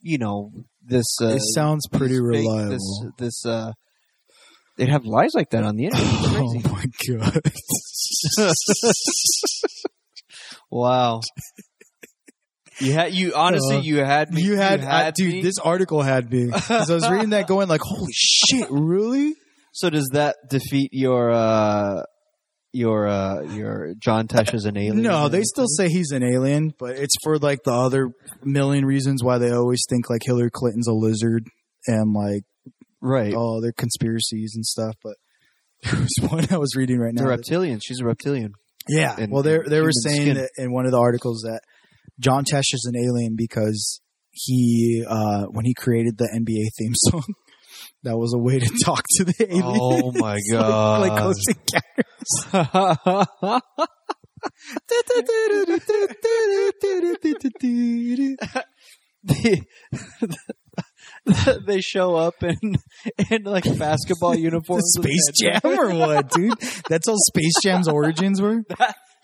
you know, this. Uh,
it sounds pretty
this fake-
reliable.
This, this uh, they'd have lies like that on the internet. It's
<laughs> oh
<laughs> crazy.
my god!
wow. <laughs> You had you honestly
Uh,
you had me
you had, I, dude.
me.
This article had me 'Cause I was reading that, going like, "Holy shit, really?"
so does that defeat your uh your uh your John Tesh as an alien?
No, they
Anything?
still say he's an alien, but it's for like the other million reasons why they always think like Hillary Clinton's a lizard and like
right.
all their conspiracies and stuff. But <laughs> there was one I was reading right now.
They're
that-
reptilian. She's a reptilian.
Yeah.
and-
well, they
and
they were
human
saying
skin.
that in one of the articles that John Tesh is an alien because he uh, when he created the NBA theme song, <laughs> that was a way to talk to the alien.
Oh my god!
<laughs> Like close
they, they show up in in like basketball
the
uniforms. with
Space Jam
headdress.
or what, dude? That's all Space Jam's origins were.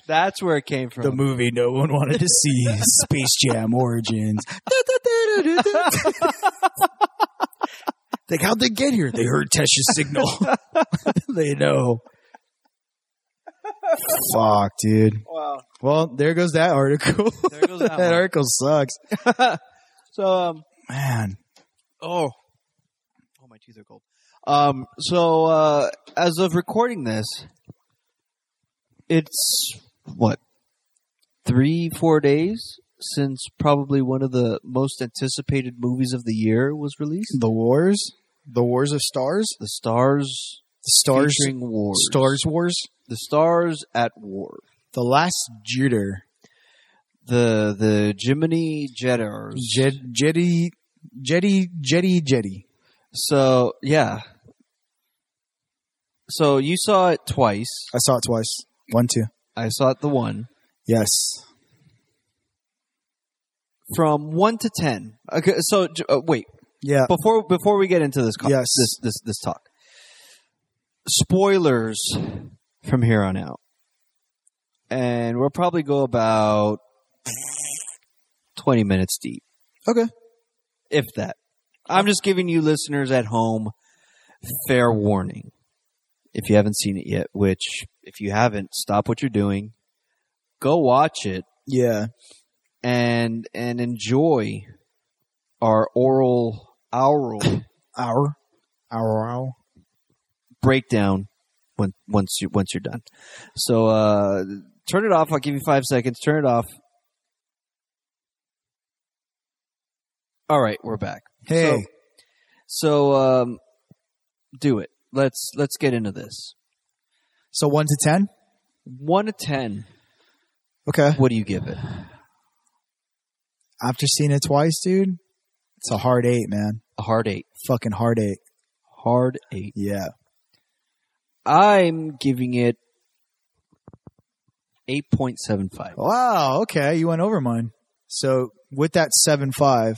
That's where it came from.
The movie no one wanted to see, <laughs> Space Jam origins.
<laughs>
like how'd they get here? They heard
<laughs>
Tesh's signal. <laughs> they know. Fuck, dude.
wow.
Well, there goes that article.
There goes
<laughs>
that one.
that article sucks.
<laughs> So um.
Man.
Oh. Oh, my teeth are cold. Um. So uh, as of recording this, it's what three, four days since probably one of the most anticipated movies of the year was released.
The Wars? The Wars of Stars?
The Stars
The Stars
featuring Wars.
Stars Wars?
The Stars at War.
The Last Jupiter.
The the Jiminy Jetters.
Jed Jetty Jetty Jetty Jetty.
so yeah. So you saw it twice.
I saw it twice. One, two.
I saw it the one.
Yes.
from one to ten. Okay, so j- uh, wait
Yeah.
before before we get into this co-
Yes.
this this this talk. Spoilers from here on out, and we'll probably go about twenty minutes deep,
Okay.
if that. I'm just giving you listeners at home fair warning. If you haven't seen it yet, which if you haven't, stop what you're doing, go watch it,
Yeah.
and and enjoy our oral oral
Hour. Hour. Hour.
breakdown when, once you once you're done. So uh, turn it off. I'll give you five seconds. Turn it off. All right, we're back.
Hey.
So um, do it. Let's let's get into this.
So, one to ten.
One to ten.
Okay.
What do you give it?
After seeing it twice, dude, it's a hard eight, man.
A hard eight.
Fucking hard eight.
Hard eight.
Yeah.
I'm giving it eight point seven five.
Wow. Okay, you went over mine. So with that seven five,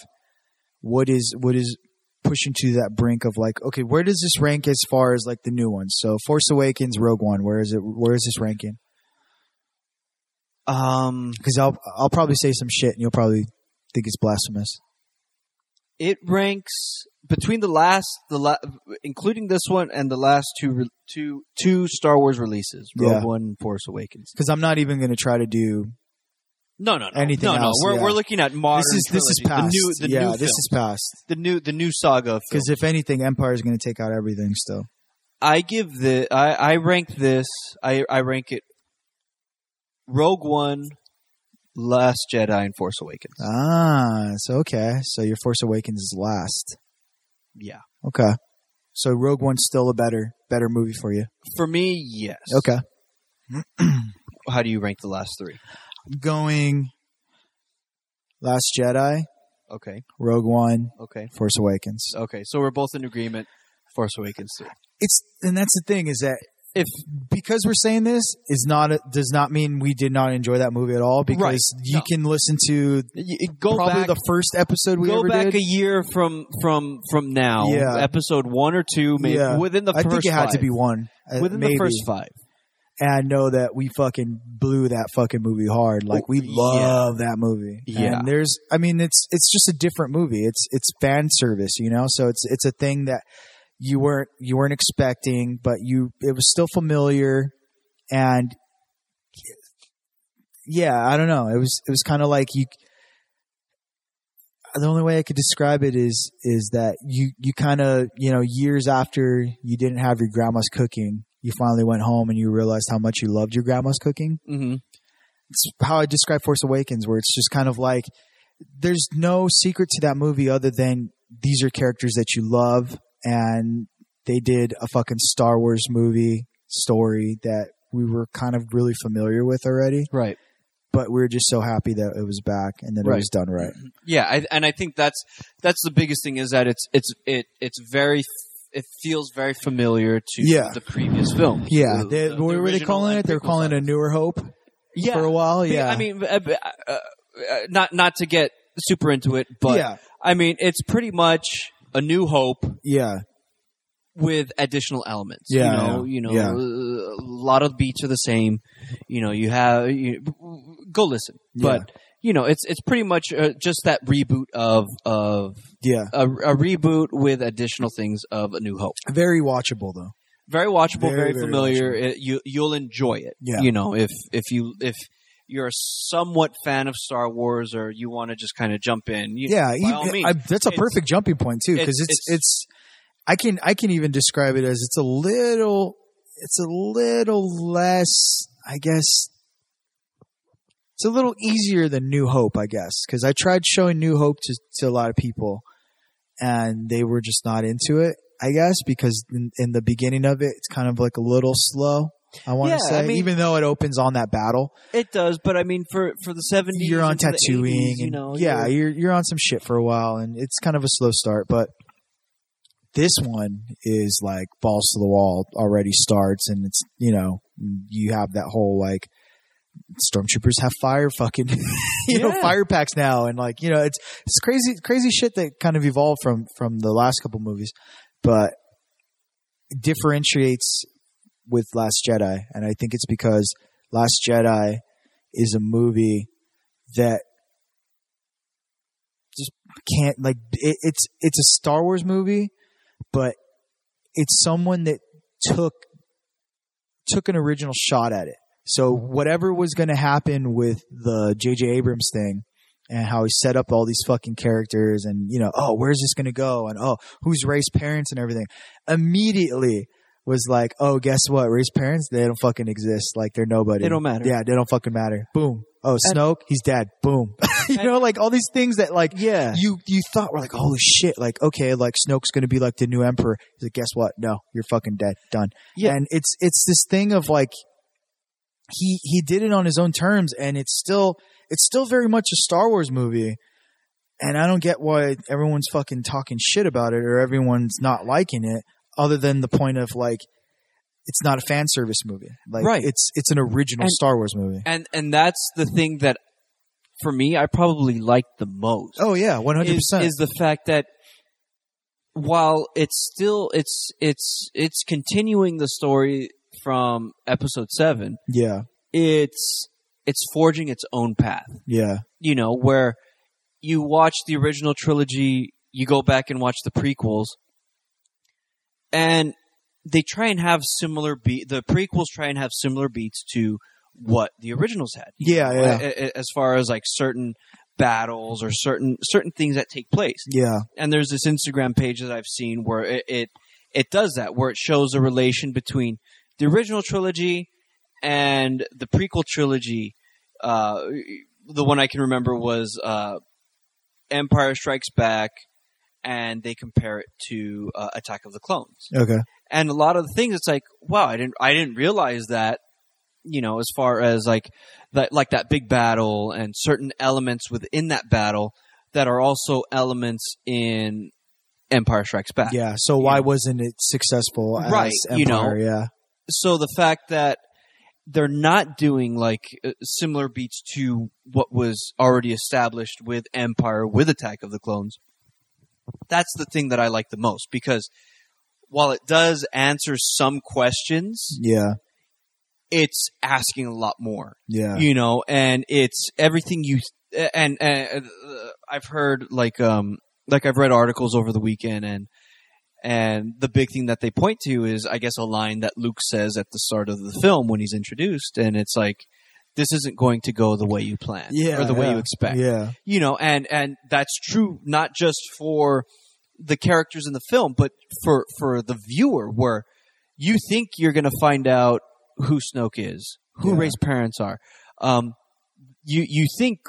what is what is pushing to that brink of like, okay, where does this rank as far as like the new ones? So Force Awakens, Rogue One, where is it? Where is this ranking?
Um,
Because I'll I'll probably say some shit and you'll probably think it's blasphemous.
it ranks between the last the la- including this one and the last two re- two two Star Wars releases, Rogue
Yeah.
One and Force Awakens.
Because I'm not even going to try to do
No, no, no.
Anything
no, no.
else,
We're
yeah.
we're looking at modern.
this is this is
trilogy,
past.
The new the
yeah,
new
this
film.
is past.
the new the new saga of film.
Because if anything, Empire is going to take out everything. Still,
I give the I I rank this. I I rank it. Rogue One, Last Jedi, and Force Awakens.
ah, so okay, so your Force Awakens is last.
yeah,
Okay, so Rogue One's still a better better movie for you.
for me, yes.
Okay.
How do you rank the last three?
I'm going Last Jedi,
Okay,
Rogue One,
okay,
Force Awakens.
okay. So we're both in agreement. Force Awakens three.
It's and that's the thing is that
If
because we're saying this is not a, does not mean we did not enjoy that movie at all because
Right.
you
No.
can listen to
Y- y- go
probably
back
the first episode we
go
ever
back
did.
a year from from from now
Yeah.
episode one or two maybe
Yeah.
within the
I
first
think it had
five,
to be one. uh,
within
maybe.
the first five
and I know that we fucking blew that fucking movie hard. Like we
Yeah.
love that movie.
Yeah.
And there's I mean it's it's just a different movie. It's it's fan service, you know? So it's it's a thing that you weren't you weren't expecting, but you it was still familiar and yeah, I don't know. It was it was kind of like you the only way I could describe it is is that you you kind of you know years after you didn't have your grandma's cooking, you finally went home and you realized how much you loved your grandma's cooking.
mm-hmm.
It's how I describe Force Awakens, where it's just kind of like there's no secret to that movie other than these are characters that you love, and they did a fucking Star Wars movie story that we were kind of really familiar with already,
right
but we were just so happy that it was back and that
Right.
it was done right.
yeah I, and i think that's that's the biggest thing is that it's it's it it's very f- it feels very familiar to
Yeah.
the previous film
Yeah,
The-
they,
the-
what
the
were they
original
calling
and
it? They were
prequel
calling it a
films.
newer hope
yeah
for a while. Yeah,
i mean uh, uh, uh, not not to get super into it but
yeah,
i mean it's pretty much a new hope
yeah,
with additional elements.
Yeah,
you know, you know,
yeah.
uh, a lot of beats are the same. You know, you have you, go listen,
Yeah.
but you know, it's it's pretty much uh, just that reboot of of
yeah.
a, a reboot with additional things of A New Hope.
Very watchable though.
Very watchable,
Very,
very,
very
familiar. It, you you'll enjoy it.
Yeah.
you know, if if you if you're a somewhat fan of Star Wars or you want to just kind of jump in, you,
Yeah,
by all
even-
means.
I, that's a
It's-
perfect jumping point too because
it's-
it's, it's I can I can even describe it as it's a little it's a little less I guess it's a little easier than New Hope I guess because I tried showing New Hope to to a lot of people and they were just not into it I guess because in, in the beginning of it it's kind of like a little slow. I want to
Yeah,
say,
I mean-
even though it opens on that battle,
it does, but I mean, for for the 70s,
you're on
and for the
tattooing
80s, you know,
and yeah
you're-
you're you're on some shit for a while and it's kind of a slow start but this one is like balls to the wall already starts and it's you know you have that whole like stormtroopers have fire fucking <laughs> you know
Yeah.
fire packs now and like you know it's it's crazy crazy shit that kind of evolved from from the last couple movies but differentiates with last jedi and i think it's because last jedi is a movie that just can't like it, it's it's a star wars movie but it's someone that took took an original shot at it so
Mm-hmm.
whatever was going to happen with the J.J. Abrams thing and how he set up all these fucking characters and, you know, oh, where's this going to go? And, oh, who's Ray's parents and everything. Immediately was like, oh, guess what? Ray's parents, they don't fucking exist. Like, they're nobody.
They don't matter.
Yeah, they don't fucking matter. Boom. Oh,
And-
Snoke, he's dead. Boom. <laughs> you know, like all these things that, like,
Yeah.
you you thought were like, holy shit, like okay, like Snoke's gonna be like the new emperor. He's like, guess what? No, you're fucking dead. Done.
Yeah.
And it's it's this thing of like he he did it on his own terms, and it's still it's still very much a Star Wars movie. And I don't get why everyone's fucking talking shit about it or everyone's not liking it, other than the point of like it's not a fan service movie. Like
Right.
it's it's an original
And-
Star Wars movie.
and and that's the thing that for me I probably liked the most.
Oh yeah, one hundred
is,
percent.
is the fact that while it's still it's it's it's continuing the story from episode 7
Yeah,
it's it's forging its own path
yeah,
you know where you watch the original trilogy you go back and watch the prequels and they try and have similar beat the prequels try and have similar beats to what the originals had
yeah, yeah,
a- a- as far as like certain battles or certain certain things that take place
yeah,
and there's this Instagram page that I've seen where it it, it does that, where it shows a relation between the original trilogy and the prequel trilogy. Uh, the one I can remember was uh, Empire Strikes Back, and they compare it to uh, Attack of the Clones.
okay,
And a lot of the things, it's like, wow, I didn't I didn't realize that. You know, as far as like that, like that big battle and certain elements within that battle that are also elements in Empire Strikes Back.
yeah. So
You
why
know.
wasn't it successful? As
Right,
Empire?
you know.
yeah,
So the fact that they're not doing like uh, similar beats to what was already established with Empire with Attack of the Clones. That's the thing that I like the most because while it does answer some questions,
yeah,
it's asking a lot more.
yeah,
you know and it's everything you and, and uh, i've heard like um like i've read articles over the weekend and and the big thing that they point to is i guess a line that luke says at the start of the film when he's introduced and it's like this isn't going to go the way you planned
yeah,
or the way
yeah,
you expect
Yeah,
you know and and that's true not just for the characters in the film but for for the viewer where you think you're going to find out who Snoke is who
Yeah.
Ray's parents are um you you think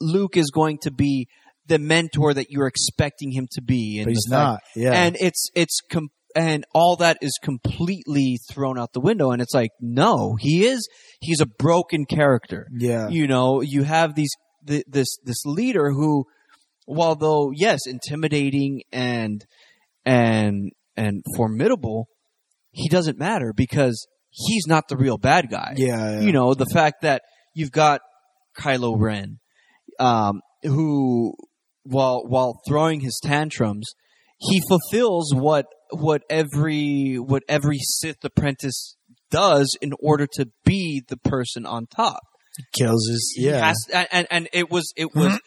Luke is going to be the mentor that you're expecting him to be and
but he's
the fact-
not. Yeah,
and it's it's com- and all that is completely thrown out the window and it's like no he is he's a broken character
yeah,
you know you have these th- this this leader who while though yes intimidating and and and formidable he doesn't matter because he's not the real bad guy
yeah, yeah.
you know the fact that you've got Kylo Ren um who while while throwing his tantrums he fulfills what what every what every Sith apprentice does in order to be the person on top
kills his.
he
Yeah,
has- and- and and it was
<clears throat>
it was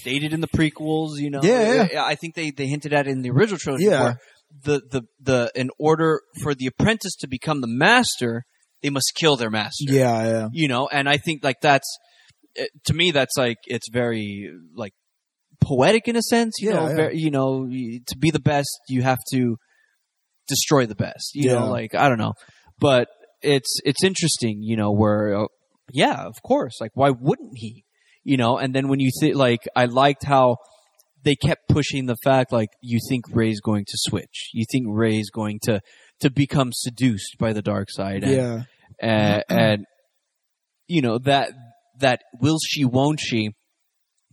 stated in the prequels. You know,
Yeah,
I think they they hinted at it in the original trilogy.
Yeah.
where the the the in order for the apprentice to become the master, they must kill their master.
yeah, yeah.
you know, and I think like that's eh, to me that's like it's very like poetic in a sense. You
Yeah,
know,
yeah.
Very, you know, y- to be the best, you have to destroy the best. You
Yeah.
know, like I don't know, but it's it's interesting. You know, where uh, yeah, of course. Like, why wouldn't he? You know, and then when you think, like, I liked how they kept pushing the fact, like, you think Ray's going to switch. You think Ray's going to to become seduced by the dark side. And,
Yeah,
<clears throat>
and, and you know that that will she, won't she?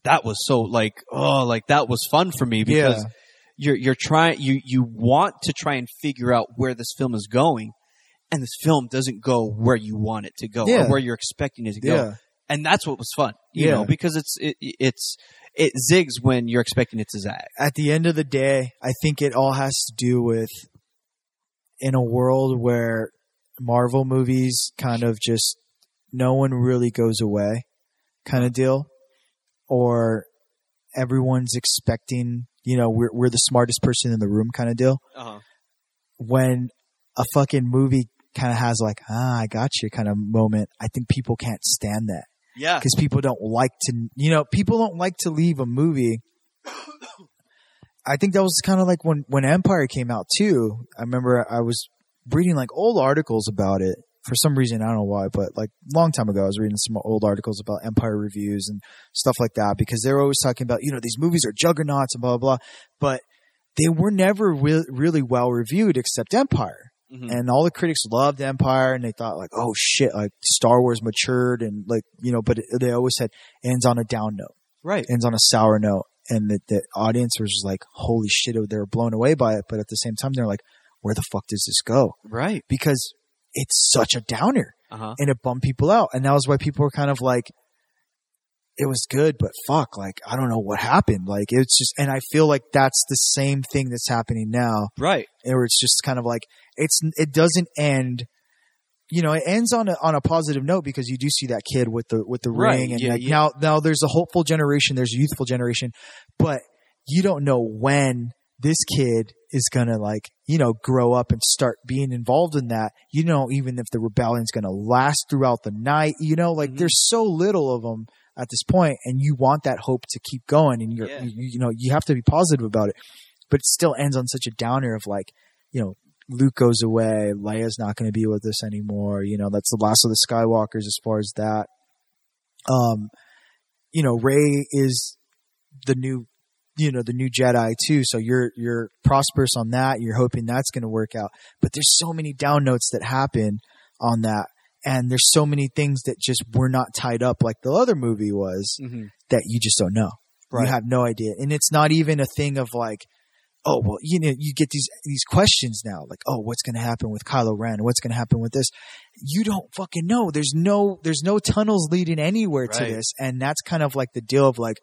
That was so like oh, like that was fun for me because you're you're trying you you want to try and figure out where this film is going, and this film doesn't go where you want it to go
Yeah.
or where you're expecting it to go.
Yeah.
And that's what was fun, you
Yeah.
know, because it's it, it's it zigs when you're expecting it to zag.
at the end of the day, I think it all has to do with in a world where Marvel movies kind of just no one really goes away kind of deal or everyone's expecting, you know, we're we're the smartest person in the room kind of deal.
Uh-huh.
When a fucking movie kind of has like, "Ah, I got you" kind of moment, I think people can't stand that
Yeah,
because people don't like to you know people don't like to leave a movie i think that was kind of like when when empire came out too i remember i was reading like old articles about it for some reason i don't know why but like long time ago i was reading some old articles about empire reviews and stuff like that because they're always talking about you know these movies are juggernauts and blah blah, blah. but they were never re- really well reviewed except empire
Mhm.
and all the critics loved empire and they thought like oh shit like star wars matured and like you know but it, they always said ends on a down note
right.
ends on a sour note and the, the audience was just like holy shit they were blown away by it but at the same time they're like where the fuck does this go
Right.
because it's such a downer
Uh-huh.
and it bummed people out. And that was why people were kind of like, it was good, but fuck, like, I don't know what happened. Like, it's just, and I feel like that's the same thing that's happening now,
Right.
where it's just kind of like, it's, it doesn't end, you know, it ends on a, on a positive note because you do see that kid with the, with the
Right,
ring. And
yeah,
like,
yeah.
now, now there's a hopeful generation, there's a youthful generation, but you don't know when this kid is gonna like you know grow up and start being involved in that you know even if the rebellion's gonna last throughout the night you know like
Mhm.
there's so little of them at this point and you want that hope to keep going and you're
Yeah.
you, you know you have to be positive about it but it still ends on such a downer of like you know luke goes away leia's not gonna be with us anymore you know that's the last of the skywalkers as far as that um you know ray is the new you know the new Jedi too. So you're you're prosperous on that. You're hoping that's going to work out. But there's so many down notes that happen on that, and there's so many things that just were not tied up like the other movie was
Mhm.
that you just don't know.
Right.
You have no idea, and it's not even a thing of like. Oh well, you know, you get these these questions now, like, oh, what's going to happen with Kylo Ren? What's going to happen with this? You don't fucking know. There's no there's no tunnels leading anywhere to
Right.
this, and that's kind of like the deal of like,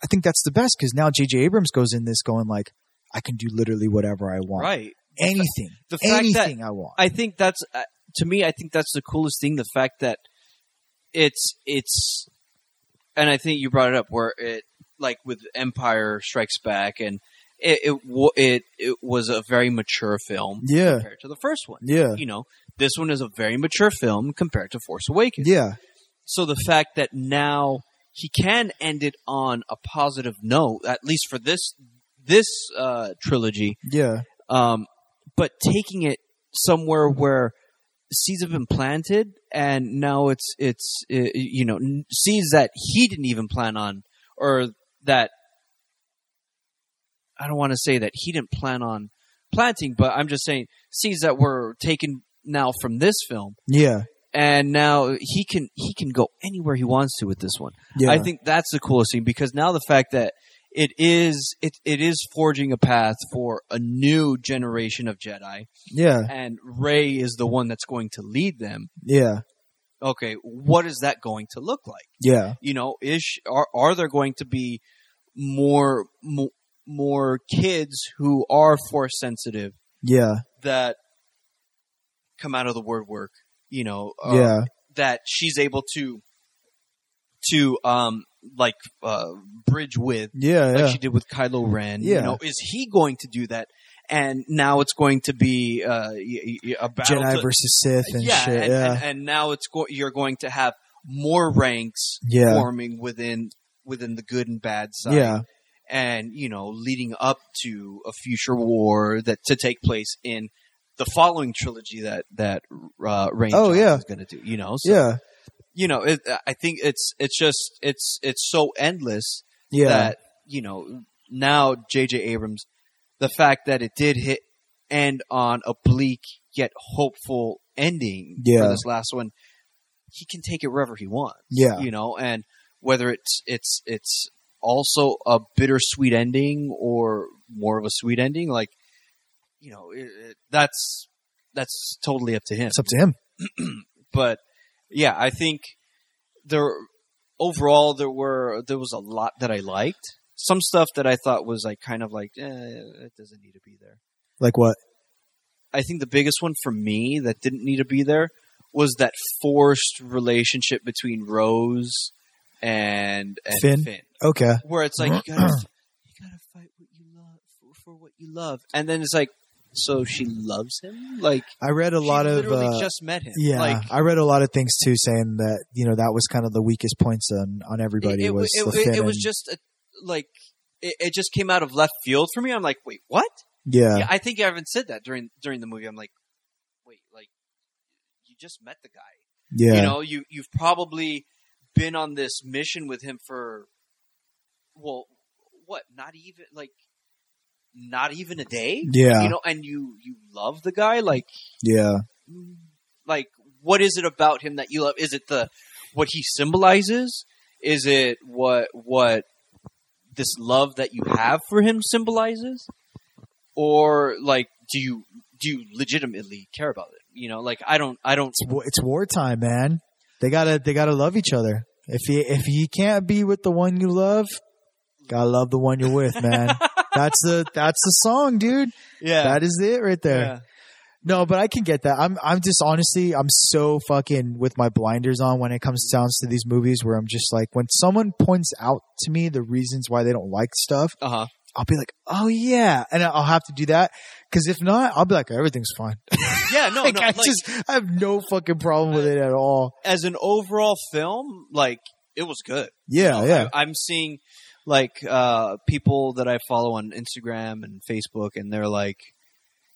I think that's the best because now J.J. Abrams goes in this going like, I can do literally whatever I want,
Right.
anything,
The fact that
anything I want.
I think that's uh, to me. I think that's the coolest thing. The fact that it's it's, and I think you brought it up where it like with Empire Strikes Back, and it it wa- it, it was a very mature film
yeah,
compared to the first one.
yeah,
You know, this one is a very mature film compared to Force Awakens.
yeah,
So the fact that now he can end it on a positive note, at least for this this uh, trilogy,
yeah,
um, but taking it somewhere where seeds have been planted and now it's it's uh, you know n- seeds that he didn't even plan on or that I don't want to say that he didn't plan on planting but I'm just saying seeds that were taken now from this film
yeah,
and now he can he can go anywhere he wants to with this one
yeah.
I think that's the coolest thing because now the fact that it is it, it is forging a path for a new generation of Jedi,
yeah,
and Ray is the one that's going to lead them.
yeah,
Okay, what is that going to look like?
yeah,
You know, is sh- are are there going to be more more, more kids who are force sensitive
yeah,
that come out of the word work? You know, uh,
yeah,
that she's able to to um like uh bridge with
yeah,
like
yeah.
she did with Kylo Ren. You
Yeah.
know, is he going to do that? And now it's going to be uh, y- y- a battle
Jedi
to-
versus Sith and
yeah,
shit.
and,
yeah,
and, and now it's go- you're going to have more ranks
yeah,
forming within within the good and bad side.
yeah,
and you know, leading up to a future war that to take place in the following trilogy that that uh, Rain
Oh,
Johnson
yeah.
is going to do. You know, so
yeah,
you know, it, I think it's it's just it's it's so endless
yeah,
that you know now J.J. Abrams, the fact that it did hit end on a bleak yet hopeful ending
Yeah.
for this last one, he can take it wherever he wants.
Yeah.
you know, and whether it's it's it's also a bittersweet ending or more of a sweet ending, like you know, it, it- that's that's totally up to him.
It's up to him.
but yeah, I think there overall there were there was a lot that I liked. Some stuff that I thought was like kind of like eh, it doesn't need to be there.
Like what?
I think the biggest one for me that didn't need to be there was that forced relationship between Rose and, and
Finn?
Finn
Okay.
where it's like
<clears throat>
you gotta, you gotta fight what you love for, for what you love, and then it's like, so she loves him. Like
I read a
she
lot of
literally
uh,
just met him.
yeah.
like,
I read a lot of things too, saying that you know that was kind of the weakest points on on everybody
it, it,
was
it,
the
it-
Finn
it was
and-
just a, like it, it just came out of left field for me. I'm like, wait, what?
yeah.
yeah, I think I even said that during during the movie. I'm like, wait, like you just met the guy.
yeah.
you know you you've probably been on this mission with him for well what not even like not even a day
Yeah.
you know and you you love the guy like
yeah.
like what is it about him that you love is it the what he symbolizes is it what what this love that you have for him symbolizes or like do you do you legitimately care about it you know like i don't i don't
It's wa- it's wartime, man. They gotta they gotta love each other. If you if you can't be with the one you love, gotta love the one you're with, man. that's the that's the song, dude.
<laughs> yeah
That is it right there.
yeah
No, but I can get that. I'm I'm just honestly I'm so fucking with my blinders on when it comes down to these movies where I'm just like when someone points out to me the reasons why they don't like stuff,
uh-huh
I'll be like, "Oh yeah." And I'll have to do that cuz if not, I'll be like, "Everything's fine."
Yeah, no,
like
no.
I
like,
just I have no fucking problem with it at all.
as an overall film, like it was good. Oh,
Yeah, yeah.
I, am seeing like uh, people that I follow on Instagram and Facebook, and they're like,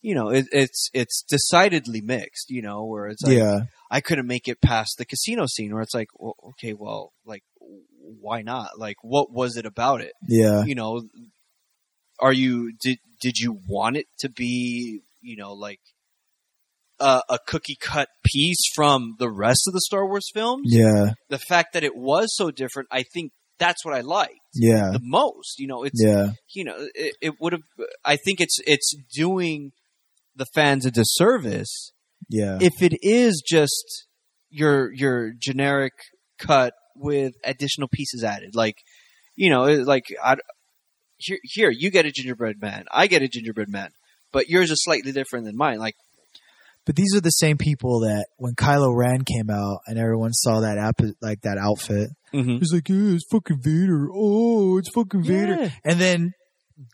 you know, it, it's it's decidedly mixed. You know, where it's like
yeah.
I couldn't make it past the casino scene, where it's like, well, okay, well, like why not? Like, what was it about it?
Yeah.
you know are you did did you want it to be you know like a, a cookie cut piece from the rest of the Star Wars films
Yeah.
the fact that it was so different I think that's what I like
Yeah.
the most you know it's
Yeah.
you know it, it would have I think it's it's doing the fans a disservice
Yeah.
if it is just your your generic cut with additional pieces added like you know it- like I, here, here you get a gingerbread man i get a gingerbread man but yours is slightly different than mine like
But these are the same people that when Kylo Ren came out and everyone saw that app like that outfit. It's like, yeah, it's fucking Vader. Oh, it's fucking Vader.
Yeah.
And then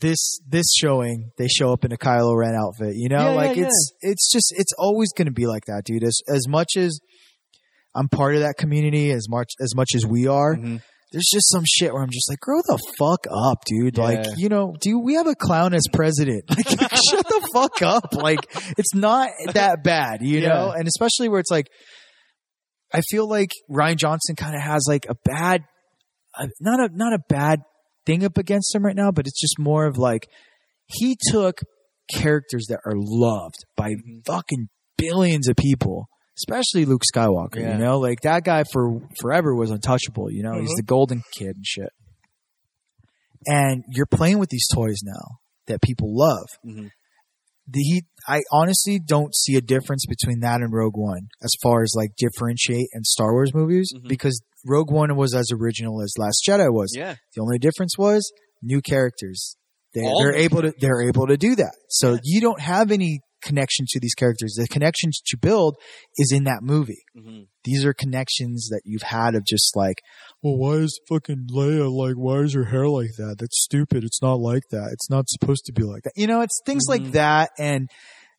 this this showing, they show up in a Kylo Ren outfit. You know,
Yeah,
like
yeah,
it's it's just it's always going to be like that, dude. As as much as I'm part of that community, as much as much as we are,
Mhm.
there's just some shit where I'm just like, grow the fuck up, dude. Like,
Yeah.
you know, dude, we have a clown as president. <laughs> Like, shut the fuck up. Like, it's not that bad, you
Yeah.
know? And especially where it's like, I feel like Ryan Johnson kind of has like a bad, uh, not a, not a bad thing up against him right now, but it's just more of like, he took characters that are loved by
Mhm.
fucking billions of people, especially Luke Skywalker.
Yeah.
You know, like that guy for forever was untouchable. You know, he's the golden kid and shit. And you're playing with these toys now that people love.
Mhm.
The, he, I honestly don't see a difference between that and Rogue One as far as like differentiate and Star Wars movies
Mhm.
because Rogue One was as original as Last Jedi was.
yeah
The only difference was new characters. They,
All
they're
new
able to they're able to do that. So you don't have any connection to these characters. The connections that you build is in that movie.
Mhm.
These are connections that you've had of just like,
Well, why is fucking Leia like? Why is her hair like that? That's stupid. It's not like that. It's not supposed to be like that.
you know, it's things
Mhm.
like that and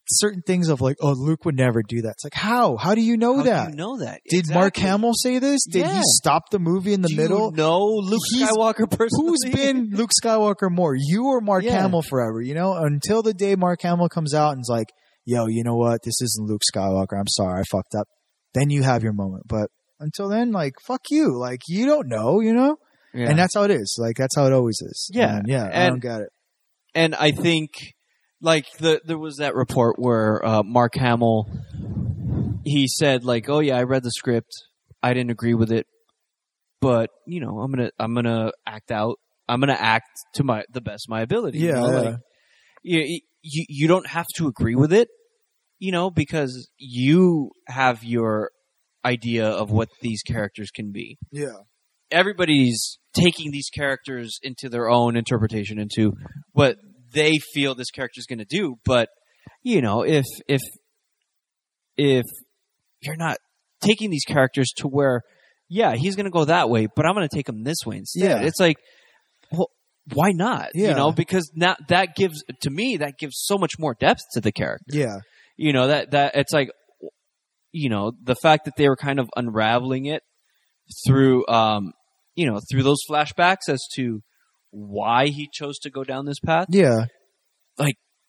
certain things of like, oh, Luke would never do that. It's like, how? How do you know
How do
that?
you know that
Did Mark
Exactly.
Hamill say this? Did
Yeah.
he stop the movie in the
Do
middle?
you know luke
He's-
skywalker person
Who's been Luke Skywalker more, you or Mark
Yeah.
Hamill forever? You know, until the day Mark Hamill comes out and's like, "Yo, you know what? This isn't Luke Skywalker. I'm sorry, I fucked up." Then you have your moment, but until then, like, fuck you. Like, you don't know, you know,
yeah.
and that's how it is. Like, that's how it always is.
Yeah.
And, yeah. I
And-
don't get it.
and I think like the there was that report where uh, Mark Hamill he said like, "Oh yeah, I read the script. I didn't agree with it, but you know, I'm gonna I'm gonna act out. I'm gonna act to my the best of my ability. you
Yeah,
know,
yeah.
like, you, you you don't have to agree with it, you know, because you have your idea of what these characters can be.
Yeah.
Everybody's taking these characters into their own interpretation, into what they feel this character is going to do. But you know, if if if you're not taking these characters to where, yeah, he's going to go that way, but I'm going to take him this way instead.
Yeah.
It's like, well, why not? You
Yeah.
know, because now that gives to me that gives so much more depth to the character
Yeah.
you know that that it's like you know the fact that they were kind of unraveling it through um you know through those flashbacks as to why he chose to go down this path
Yeah.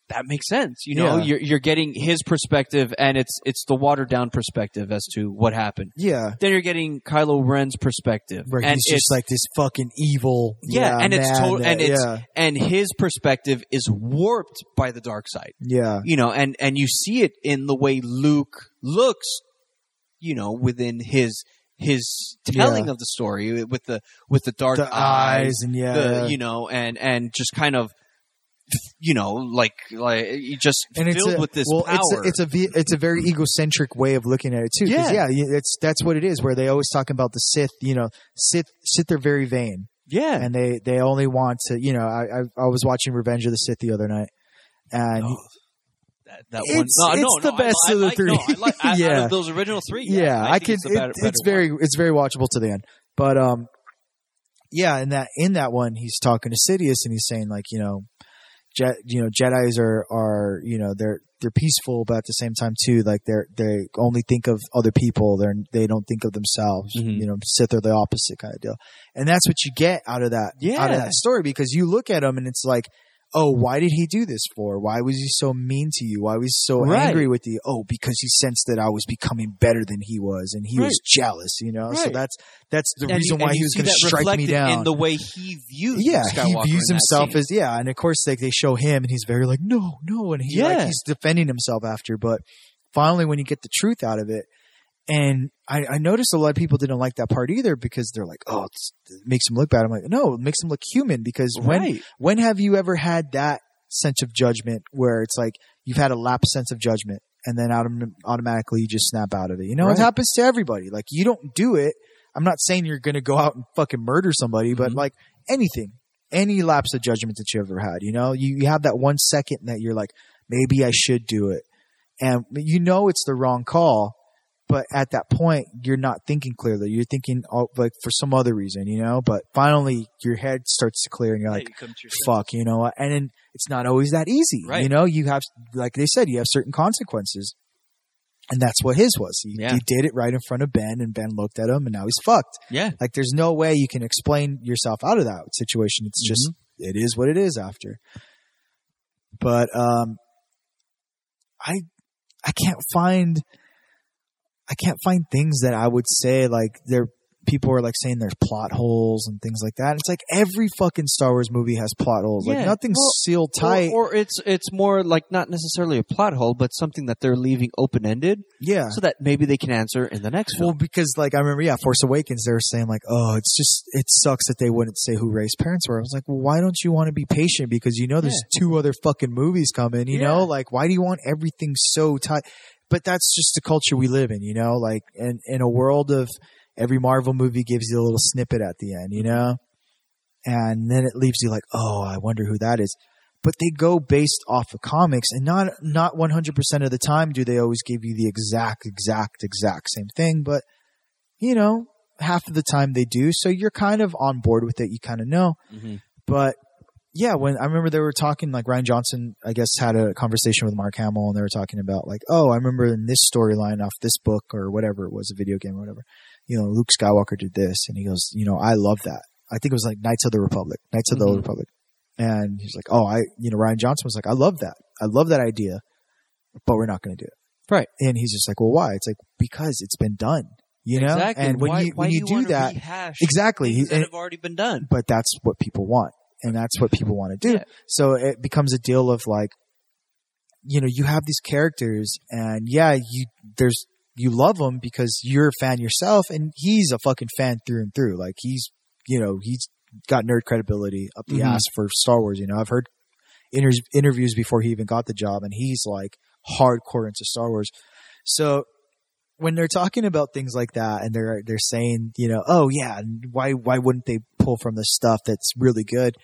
that makes sense you know
Yeah.
you're you're getting his perspective and it's it's the watered down perspective as to what happened
Yeah.
then you're getting Kylo Ren's perspective
Right.
and
he's
it's
just like this fucking evil.
Yeah, and it's
man
to- and it's-
yeah.
and his perspective is warped by the dark side
Yeah.
you know and and you see it in the way luke looks you know within his his telling of the story with the with the dark
The
eyes,
eyes and yeah.
the you know and and just kind of you know like like you just
and it's
filled
a,
with this
well,
power
It's a, it's a ve- it's a very egocentric way of looking at it too. 'Cause,
Yeah.
yeah, you- it's that's what it is. Where they always talk about the Sith, you know, Sith Sith are very vain,
yeah
and they they only want to, you know. I I, I was watching Revenge of the Sith the other night, and
Oh, that, that
It's-
one no,
it's
no,
the
no,
best
I,
of
li-
the
I, like-
three.
no, I like,
<laughs>
I- out
Yeah.
of those original three
yeah, I,
think
can.
it's,
It's,
the better-
it's,
better one.
very it's very watchable to the end, but um, yeah, in that in that one, he's talking to Sidious, and he's saying like, you know, Je- you know, Jedi's are are you know they're they're peaceful, but at the same time too, like they're they only think of other people. They're they don't think of themselves.
Mhm.
You know, Sith are the opposite kind of deal, and that's what you get out of that out of
Yeah.
that story because you look at him and it's like. Oh, why did he do this for? Why was he so mean to you? Why was he so
Right.
angry with you? Oh, because he sensed that I was becoming better than he was, and he was jealous. You know, so
Right.
that's that's the
And you-
reason
and
why
you
he was
see
going to
that
strike me
reflected
down
in the way he views
yeah,
Luke
he
Skywalker
views
in that
himself
scene.
as yeah, and of course like they show him and he's very like no, no, and he like,
Yeah.
he's defending himself after. But finally, when you get the truth out of it, and I, I noticed a lot of people didn't like that part either because they're like, oh, it's, it makes him look bad. I'm like, no, it makes him look human because when
right
when have you ever had that sense of judgment where it's like you've had a lapse sense of judgment and then autom- automatically you just snap out of it? You know,
Right.
it happens to everybody. Like you don't do it. I'm not saying you're going to go out and fucking murder somebody, but
Mhm.
like anything, any lapse of judgment that you ever had, you know, you, you have that one second that you're like, maybe I should do it. And you know, it's the wrong call, but at that point, you're not thinking clearly. You're thinking oh, like for some other reason, you know, but finally your head starts to clear and you're like,
Yeah, you come to your
fuck, you know, and then it's not always that easy.
Right.
You know, you have, like they said, you have certain consequences. And that's what his was. He,
Yeah.
he did it right in front of Ben, and Ben looked at him, and now he's fucked.
sense. yeah
Like, there's no way you can explain yourself out of that situation. It's just,
Mm-hmm.
it is what it is after. But, um, I, I can't find, I can't find things that I would say like they're people are like saying there's plot holes and things like that. It's like every fucking Star Wars movie has plot holes.
Yeah,
Like nothing's
well,
sealed tight.
Or, or it's it's more like not necessarily a plot hole, but something that they're leaving open ended
yeah.
so that maybe they can answer in the next
Well,
film.
because like I remember, yeah, Force Awakens, they were saying like, "Oh, it's just it sucks that they wouldn't say who Ray's parents were." I was like, "Well, why don't you want to be patient? Because you know there's two other fucking movies coming. You know,
Yeah.
like why do you want everything so tight?" But that's just the culture we live in, you know. Like, in in a world of every Marvel movie gives you a little snippet at the end, you know, and then it leaves you like, "Oh, I wonder who that is." But they go based off of comics, and not not 100% of the time do they always give you the exact, exact, exact same thing. But you know, half of the time they do. So you're kind of on board with it. You kind of know.
Mhm.
But yeah, when I remember they were talking, like Ryan Johnson, I guess, had a conversation with Mark Hamill and they were talking about, like, oh, I remember in this storyline off this book or whatever it was, a video game or whatever, you know, Luke Skywalker did this. And he goes, you know, I love that. I think it was like Knights of the Republic, Knights of the Old
Mhm.
Republic. And he's like, oh, I, you know, Ryan Johnson was like, I love that. I love that idea, but we're not going to do it.
Right.
And he's just like, well, why? It's like, because it's been done, you know? And when
why,
you,
why
when
do
you do
wanna
that,
rehash
exactly.
things
He-
that have already been done.
but that's what people want and that's what people want to do
Yeah.
so it becomes a deal of like you know you have these characters and yeah you there's you love them because you're a fan yourself and he's a fucking fan through and through like he's you know he's got nerd credibility up the
Mhm.
ass for star wars you know i've heard inter- interviews before he even got the job and he's like hardcore into Star Wars. So when they're talking about things like that and they're they're saying, you know, oh yeah, why why wouldn't they pull from the stuff that's really good?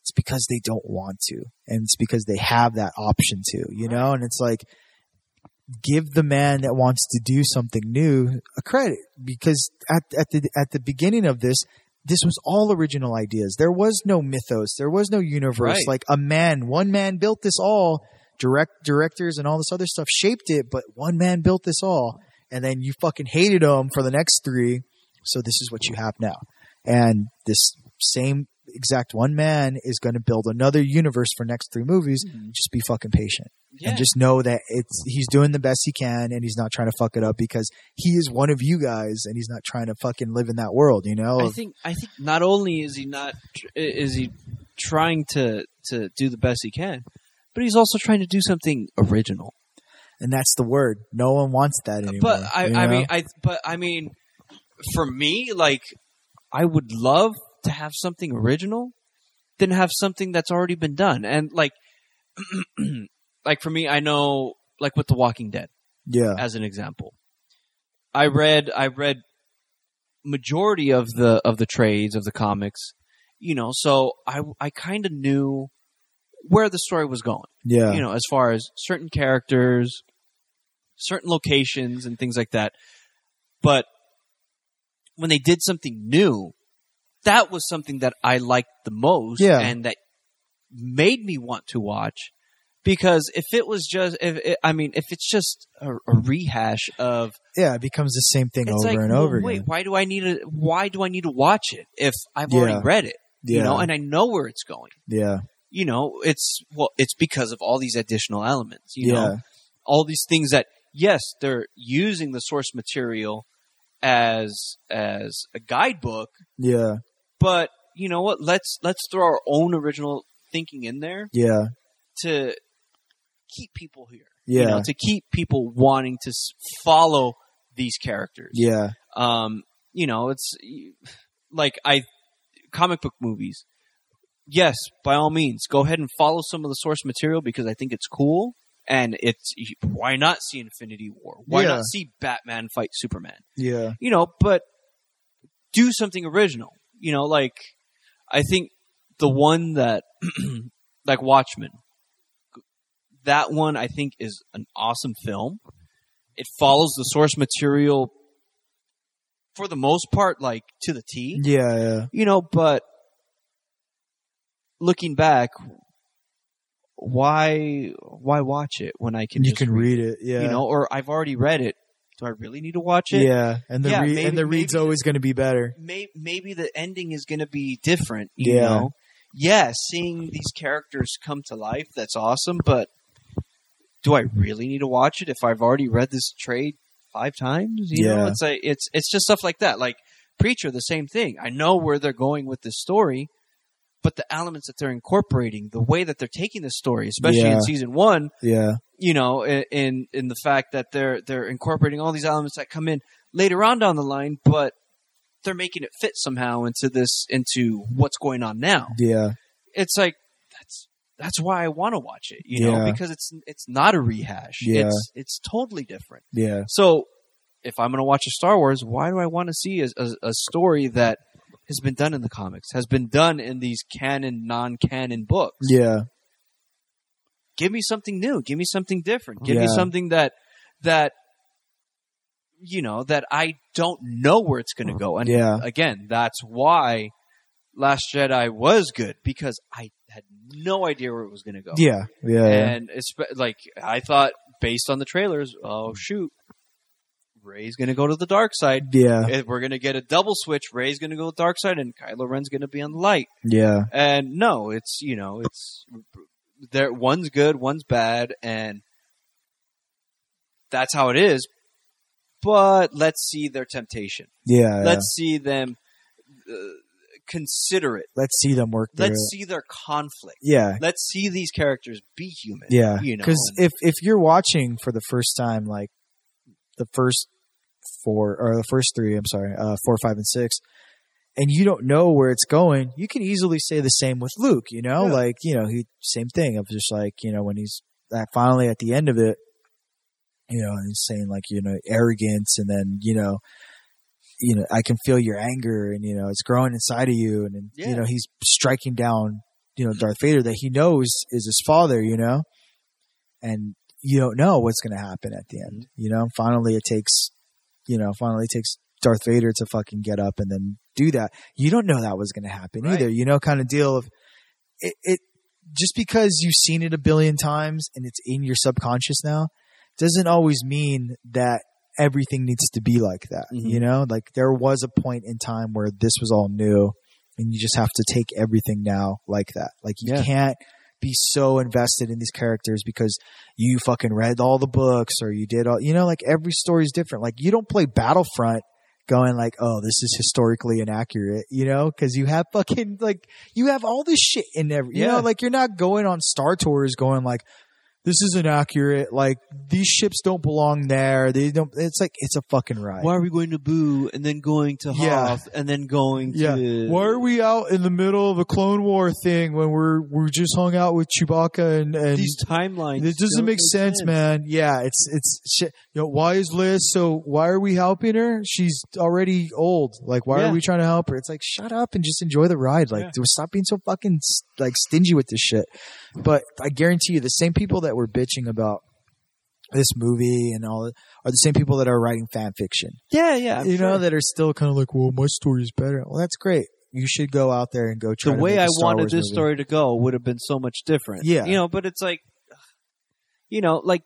It's because they don't want to. And it's because they have that option to, you know? And it's like give the man that wants to do something new a credit because at at the at the beginning of this this was all original ideas. There was no mythos. There was no universe.
Right.
Like a man, one man built this all. Direct directors and all this other stuff shaped it, but one man built this all. And then you fucking hated him for the next three. So this is what you have now. And this same exact one man is going to build another universe for next three movies.
Mm-hmm.
Just be fucking patient and just know that it's he's doing the best he can and he's not trying to fuck it up because he is one of you guys and he's not trying to fucking live in that world, you know?
I think I think not only is he not tr- is he trying to to do the best he can, but he's also trying to do something original.
and that's the word. No one wants that anymore.
But I,
you
I
know?
mean, I but I mean, for me, like I would love to have something original, than have something that's already been done. And like, <clears throat> like for me, I know, like with The Walking Dead
yeah,
as an example, I read I read majority of the of the trades of the comics, you know, so I I kind of knew where the story was going
yeah,
you know, as far as certain characters, certain locations, and things like that. But when they did something new, that was something that I liked the most,
Yeah.
and that made me want to watch. Because if it was just, if it, I mean, if it's just a, a rehash of,
yeah. It becomes the same thing
it's
over
like,
and
well,
over
wait,
again.
why do I need to? Why do I need to watch it if I've
Yeah.
already read it?
Yeah,
You know, and I know where it's going.
yeah,
You know, it's well, it's because of all these additional elements. You
yeah,
know, all these things that yes they're using the source material as as a guidebook
yeah,
but you know what let's let's throw our own original thinking in there
yeah,
to keep people here
yeah,
you know to keep people wanting to s- follow these characters
yeah,
um you know it's like i comic book movies yes by all means go ahead and follow some of the source material because i think it's cool and it's why not see infinity war why
Yeah.
not see batman fight superman
yeah,
you know but do something original you know like i think the one that <clears throat> like watchmen that one i think is an awesome film it follows the source material for the most part like to the t
yeah, yeah.
you know but looking back why why watch it when i can
You
just
can read it, yeah,
you know or i've already read it do i really need to watch it
yeah. And the
Yeah,
read
maybe-
and the read's
maybe-
always going to be better.
may, maybe the ending is going to be different. You
Yeah.
know, yeah, seeing these characters come to life, that's awesome. But do I really need to watch it if I've already read this trade five times? You know,
Yeah.
it's like it's it's just stuff like that. Like Preacher, the same thing. I know where they're going with this story, but the elements that they're incorporating, the way that they're taking this story, especially
Yeah.
in season one,
Yeah,
you know, i- in in the fact that they're they're incorporating all these elements that come in later on down the line, but they're making it fit somehow into this into what's going on now.
yeah,
It's like that's that's why I want to watch it, you know,
Yeah.
because it's it's not a rehash.
Yeah.
It's it's totally different.
yeah,
So if I'm going to watch a Star Wars, why do I want to see a, a, a story that has been done in the comics, has been done in these canon, non-canon books?
yeah,
give me something new give me something different give me
Yeah.
something that that you know that i don't know where it's going to go and
Mm-hmm. yeah,
again that's why last jedi was good because i had no idea where it was going to go
yeah, yeah,
and it's like i thought based on the trailers oh shoot ray's going to go to the dark side
yeah,
If we're going to get a double switch ray's going to go dark side and kylo ren's going to be on the light
yeah,
and no, it's you know, it's there. One's good, one's bad, and that's how it is. But let's see their temptation.
yeah. yeah.
Let's see them uh, consider it.
Let's see them work through
Let's
it.
see their conflict.
Yeah,
Let's see these characters be human.
Yeah,
you know,
because
and-
if if you're watching for the first time, like the first four or the first three, I'm sorry, uh, four, five, and six, and you don't know where it's going, you can easily say the same with Luke. You know,
Yeah.
like you know, he same thing of just like you know when he's at, finally at the end of it, you know, and saying like, you know, arrogance and then, you know, you know, I can feel your anger and, you know, it's growing inside of you. And, and
Yeah.
you know, he's striking down, you know, Darth Vader that he knows is his father, you know, and you don't know what's going to happen at the end, you know, finally it takes, you know, finally it takes Darth Vader to fucking get up and then do that. You don't know that was going to happen
Right.
either, you know, kind of deal of it, it, just because you've seen it a billion times and it's in your subconscious now doesn't always mean that everything needs to be like that.
Mhm.
You know, like there was a point in time where this was all new and you just have to take everything now like that. Like you
Yeah.
can't be so invested in these characters because you fucking read all the books or you did all, you know, like every story is different. Like you don't play Battlefront going like, oh, this is historically inaccurate, you know, cause you have fucking like, you have all this shit in every, you
Yeah.
know, like you're not going on Star Tours going like, this is inaccurate. Like these ships don't belong there. They don't. It's like it's a fucking ride.
Why are we going to Boo and then going to
Yeah.
Hoth and then going
Yeah.
to?
Why are we out in the middle of a Clone War thing when we're we just hung out with Chewbacca and and
these timelines?
it doesn't
don't
make sense, man.
Yeah, it's it's shit.
You know, why is Liz so? Why are we helping her? She's already old. Like, why
Yeah.
are we trying to help her?
It's like shut up and just enjoy the ride. Like dude, stop being so fucking s- like stingy with this shit. But I guarantee you, the same people that were bitching about this movie and all are the same people that are writing fan fiction.
Yeah, yeah. I'm
you know
sure.
that are still kind
Kind
of.
of like, well, my story's better.
Well, that's great. You should go out there and go
the
try. to make
way
a
I
Star
wanted
Wars
this
movie.
story to go would have been so much different.
Yeah.
You know, but it's like, you know, like,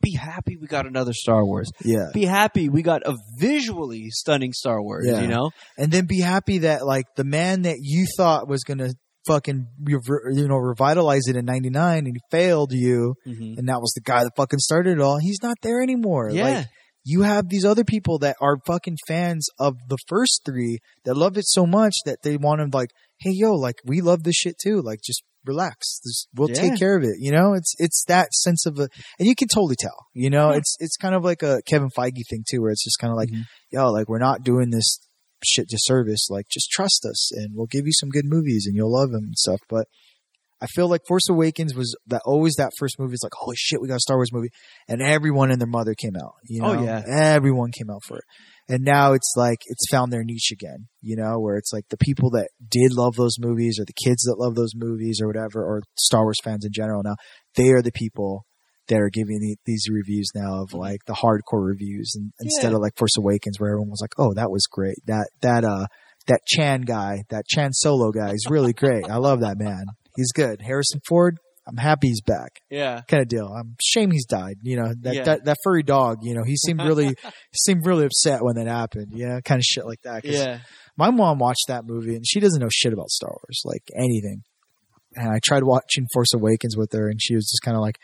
be happy we got another Star Wars.
Yeah,
Be happy we got a visually stunning Star Wars,
Yeah.
you know?
and then be happy that like the man that you thought was gonna fucking rever- you know revitalize it in '99 and he failed you,
Mm-hmm.
and that was the guy that fucking started it all. He's not there anymore.
Yeah.
Like, you have these other people that are fucking fans of the first three that love it so much that they want to like, hey yo, like we love this shit too. Like just relax, Just- we'll
Yeah.
take care of it. You know, it's it's that sense of a, and you can totally tell. You know, it's it's kind of like a Kevin Feige thing too, where it's just kind of like,
Mhm.
yo, like we're not doing this shit disservice. Like just trust us, and we'll give you some good movies, and you'll love them and stuff. But I feel like Force Awakens was that always that first movie. It's like, holy shit, we got a Star Wars movie, and everyone and their mother came out. You know,
Oh, yeah.
everyone came out for it. And now it's like it's found their niche again. You know, where it's like the people that did love those movies, or the kids that love those movies, or whatever, or Star Wars fans in general. Now they are the people that are giving the, these reviews now of like the hardcore reviews, and, instead of like Force Awakens, where everyone was like, oh, that was great. That that uh that Chan guy, that Chan Solo guy, is really great. I love that man. He's good. Harrison Ford, I'm happy he's back.
Yeah.
Kind of deal. I'm shame he's died. You know that
Yeah.
that, that furry dog. You know he seemed really seemed really upset when that happened. Yeah, kind of shit like that. 'Cause
Yeah.
My mom watched that movie and she doesn't know shit about Star Wars, like anything. And I tried watching Force Awakens with her, and she was just kind of like,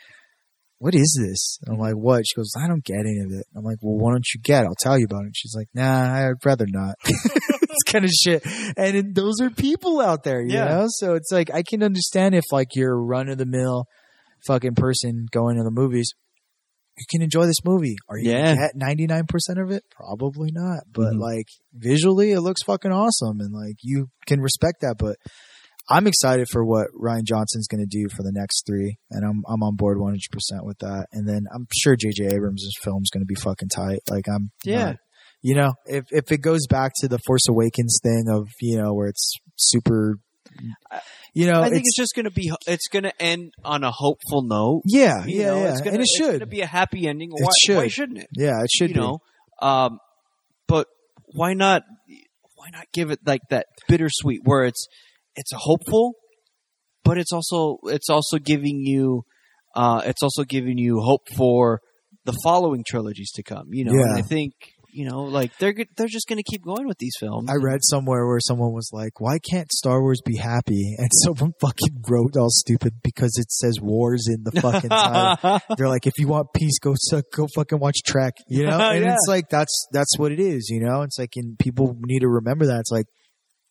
"What is this?" And I'm like, "What?" She goes, "I don't get any of it." I'm like, "Well, why don't you get? it? I'll tell you about it." And she's like, "Nah, I'd rather not." <laughs> it's kind of shit. And it, those are people out there, you
Yeah.
know? So it's like, I can understand if like you're a run of the mill fucking person going to the movies, you can enjoy this movie. Are you
Yeah.
gonna get 99% of it? Probably not. But
Mhm.
like visually, it looks fucking awesome. And like you can respect that. But I'm excited for what Ryan Johnson's going to do for the next three, and I'm I'm on board 100 percent with that. And then I'm sure J.J. Abrams' film's going to be fucking tight. Like I'm
Yeah.
not- you know, if if it goes back to the Force Awakens thing of you know where it's super,
I-
you know,
I think
it's,
it's, just going to be, it's going to end on a hopeful note.
yeah,
You
yeah,
know,
yeah,
It's gonna,
and it
it's
should,
gonna be a happy ending. Why, why
should.
shouldn't it?
yeah, it should
you
be.
know, um, but why not? Why not give it like that bittersweet where it's it's hopeful, but it's also it's also giving you uh, it's also <laughs> giving you hope for the following trilogies to come. You know, and
Yeah.
I think you know, like they're go- they're just going to keep going with these films.
I read somewhere where someone was like, "Why can't Star Wars be happy?" And <laughs> someone fucking wrote all stupid because it says "wars" in the
<laughs>
fucking title. <laughs> They're like, if you want peace, go suck, go fucking watch Trek,
<laughs>
you know. And
Yeah.
it's like that's that's what it is, you know. It's like, and people need to remember that. It's like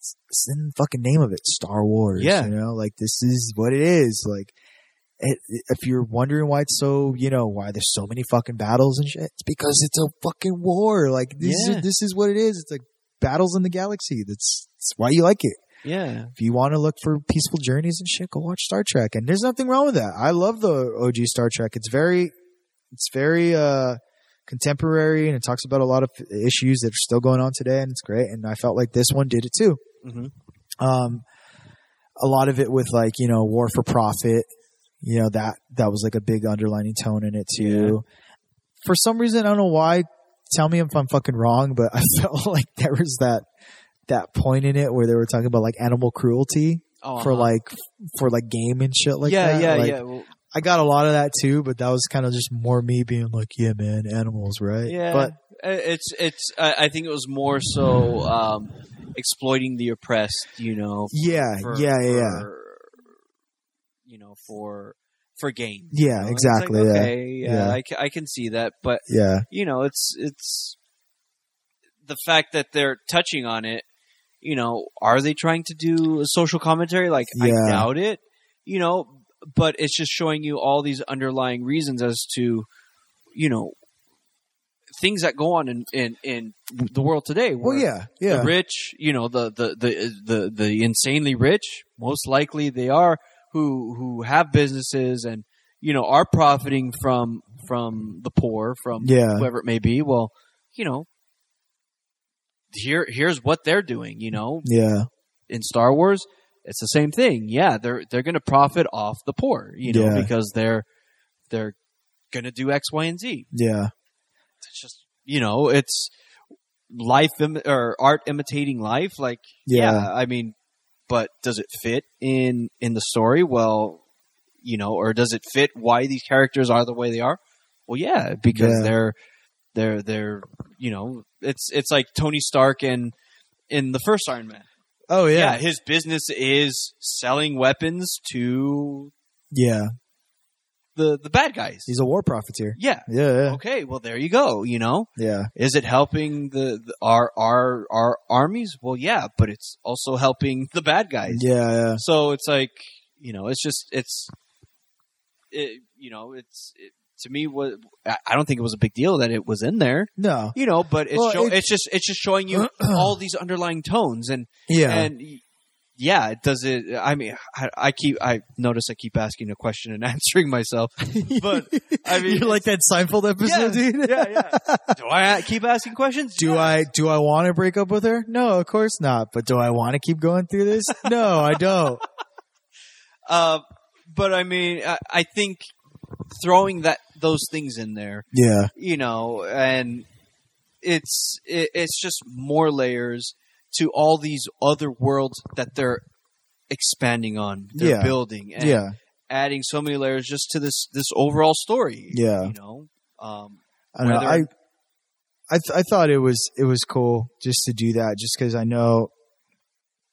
it's, it's in the fucking name of it, Star Wars.
Yeah.
you know, like this is what it is. Like, it, if you're wondering why it's so, you know, why there's so many fucking battles and shit, it's because it's a fucking war. Like this
Yeah.
is this is what it is. It's like battles in the galaxy. That's that's why you like it
yeah,
if you want to look for peaceful journeys and shit, go watch Star Trek. And there's nothing wrong with that. I love the OG Star Trek. It's very It's very uh, contemporary, and it talks about a lot of issues that are still going on today, and it's great. And I felt like this one did it too.
Mhm.
Um, a lot of it with like you know war for profit. You know that that was like a big underlining tone in it too. For some reason, I don't know why. Tell me if I'm fucking wrong, but <laughs> I felt like there was that that point in it where they were talking about like animal cruelty
Oh,
for
uh-huh.
like f- for like game and shit like
yeah,
that.
yeah,
Like,
yeah, Well,
I got a lot of that too, but that was kind of just more me being like, yeah, man, animals, right?
yeah.
But
Uh, it's it's. I I think it was more so um, exploiting the oppressed. You know.
yeah,
for-
yeah, yeah, yeah.
for, you know, for for gain.
Yeah,
you know? It's like,
exactly. yeah.
okay, yeah,
yeah.
I, ca- I can see that, but
Yeah.
you know, it's it's the fact that they're touching on it. You know, are they trying to do a social commentary? Like, I
Yeah.
doubt it. You know, but it's just showing you all these underlying reasons as to, you know, things that go on in in, in the world today.
Well,
where
yeah, yeah.
the rich, you know, the the the the the insanely rich, most likely they are who who have businesses and you know are profiting from from the poor, from
Yeah.
whoever it may be. Well, you know, here here's what they're doing. You know,
yeah.
in Star Wars, it's the same thing. Yeah, they're they're going to profit off the poor, you know,
Yeah.
because they're they're going to do X, Y, and Z
Yeah.
it's just you know it's life Im- or art imitating life like yeah.
Yeah.
i mean but does it fit in in the story well you know or does it fit why these characters are the way they are well yeah because
Yeah.
they're they're they're you know it's it's like tony stark and in the first iron man
Oh,
yeah.
yeah.
his business is selling weapons to
Yeah.
the the bad guys
He's a war profiteer.
yeah
Yeah.
okay well there you go you know
Yeah.
Is it helping the, the our our our armies? Well, yeah, but it's also helping the bad
Yeah.
guys.
Yeah.
So it's like you know, it's just it's it, you know, it's it, to me what I I don't think it was a big deal that it was in there,
No.
you know, but it's
Well,
show,
it-
it's just it's just showing
<clears throat>
you all these underlying tones and
Yeah.
and yeah, it does it. I
<laughs>
mean, I, I keep I notice I keep asking a question
<laughs>
and answering myself, but
<laughs>
I mean,
You're like that Seinfeld episode, dude.
yeah, <laughs> yeah. Do I keep asking questions?
<laughs> Do
Yeah.
I do I want to break up with her? No, of course not. But do I want to keep going through this? No, I
<laughs>
don't.
Uh, but I mean, I, I think throwing that those things in there,
Yeah.
you know, and it's it, it's just more layers to all these other worlds that they're expanding on, they're
Yeah.
building, and
Yeah.
adding so many layers just to this this overall story.
Yeah.
you know, um,
I don't know. I
whether-
I, th- I thought it was it was cool just to do that, just because I know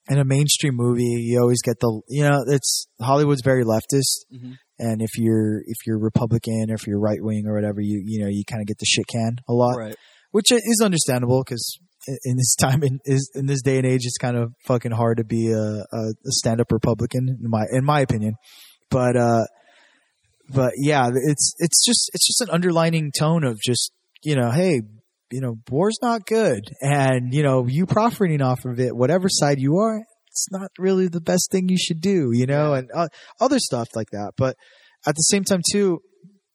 in a mainstream movie you always get the you know it's Hollywood's very leftist,
Mhm.
and if you're if you're Republican or if you're right wing or whatever, you you know you kind of get the shit can a lot,
right?
which is understandable because in this <laughs> time in is in this day and age it's kind of fucking hard to be a, a, a stand up Republican in my in my opinion, but uh, but yeah, it's it's just it's just an underlining tone of just you know hey you know war's not good and you know you profiting off of it whatever side you are it's not really the best thing you should do you know and uh, other stuff like that but at the same time too <clears throat>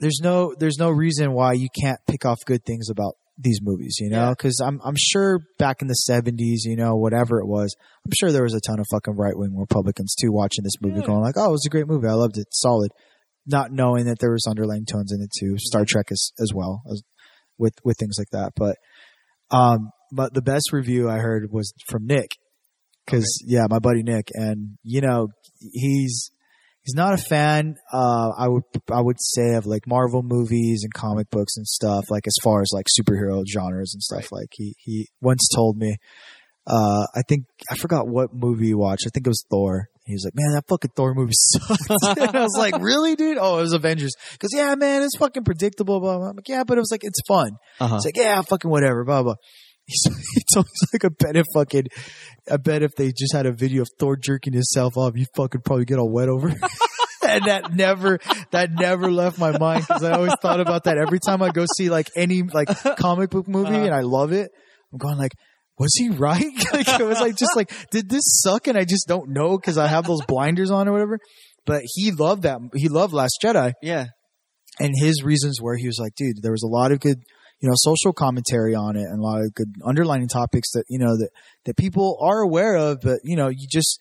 there's no there's no reason why you can't pick off good things about these movies, you know,
Yeah.
because I'm I'm sure back in the '70s, you know, whatever it was, I'm sure there was a ton of fucking right wing Republicans too watching this movie,
Yeah.
going like, "Oh, it was a great movie, I loved it, solid," not knowing that there was underlying tones in it too. Star Trek as as well as with with things like that, but um, but the best review I heard was from Nick, because yeah, my buddy Nick, and you know, he's he's not a fan. Uh, I would I would say of like Marvel movies and comic books and stuff. Like as far as like superhero genres and stuff. Like he he once told me, uh, I think I forgot what movie he watched. I think it was Thor. He was like, "Man, that fucking Thor movie <laughs> sucked." and I was like, "Really, dude? Oh, it was Avengers." Because yeah, man, it's fucking predictable. Blah, blah. I'm like, "Yeah, but it was like it's fun."
Uh-huh. <laughs>
It's like, yeah, fucking whatever, blah <laughs> blah. He's, it's always like I bet if fucking, I bet if they just had a video of Thor jerking himself off, you fucking probably get all wet over. it. <laughs> and that never, that never left my mind because I always thought about that every time I go see like any
<laughs>
like comic book movie
Uh-huh.
and I love it. I'm going like. Was he right? <laughs> like it was like just like did this suck and I just don't know because I have those blinders on or whatever. But he loved that. He loved Last Jedi,
Yeah,
and his reasons were he was like, dude, there was a lot of good, you know, social commentary on it and a lot of good underlining topics that, you know, that, that people are aware of, but you know, you just,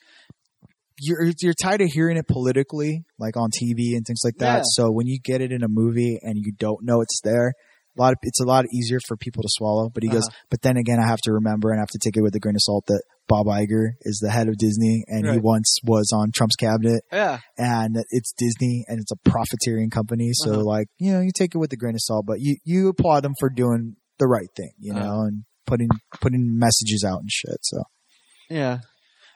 you're, you're tired of hearing it politically, like on TV and things like that.
Yeah.
So when you get it in a movie and you don't know it's there, a lot of, it's a lot easier for people to swallow. But he goes,
Uh-huh.
but then again, I have to remember and I have to take it with a grain of salt that Bob Iger is the head of Disney and he
Right.
once was on Trump's cabinet
Yeah.
and it's Disney and it's a profiteering company. So
Uh-huh.
like, you know, you take it with a grain of salt, but you, you applaud them for doing the right thing, you
Uh-huh.
know, and putting, putting messages out and shit. So,
Yeah.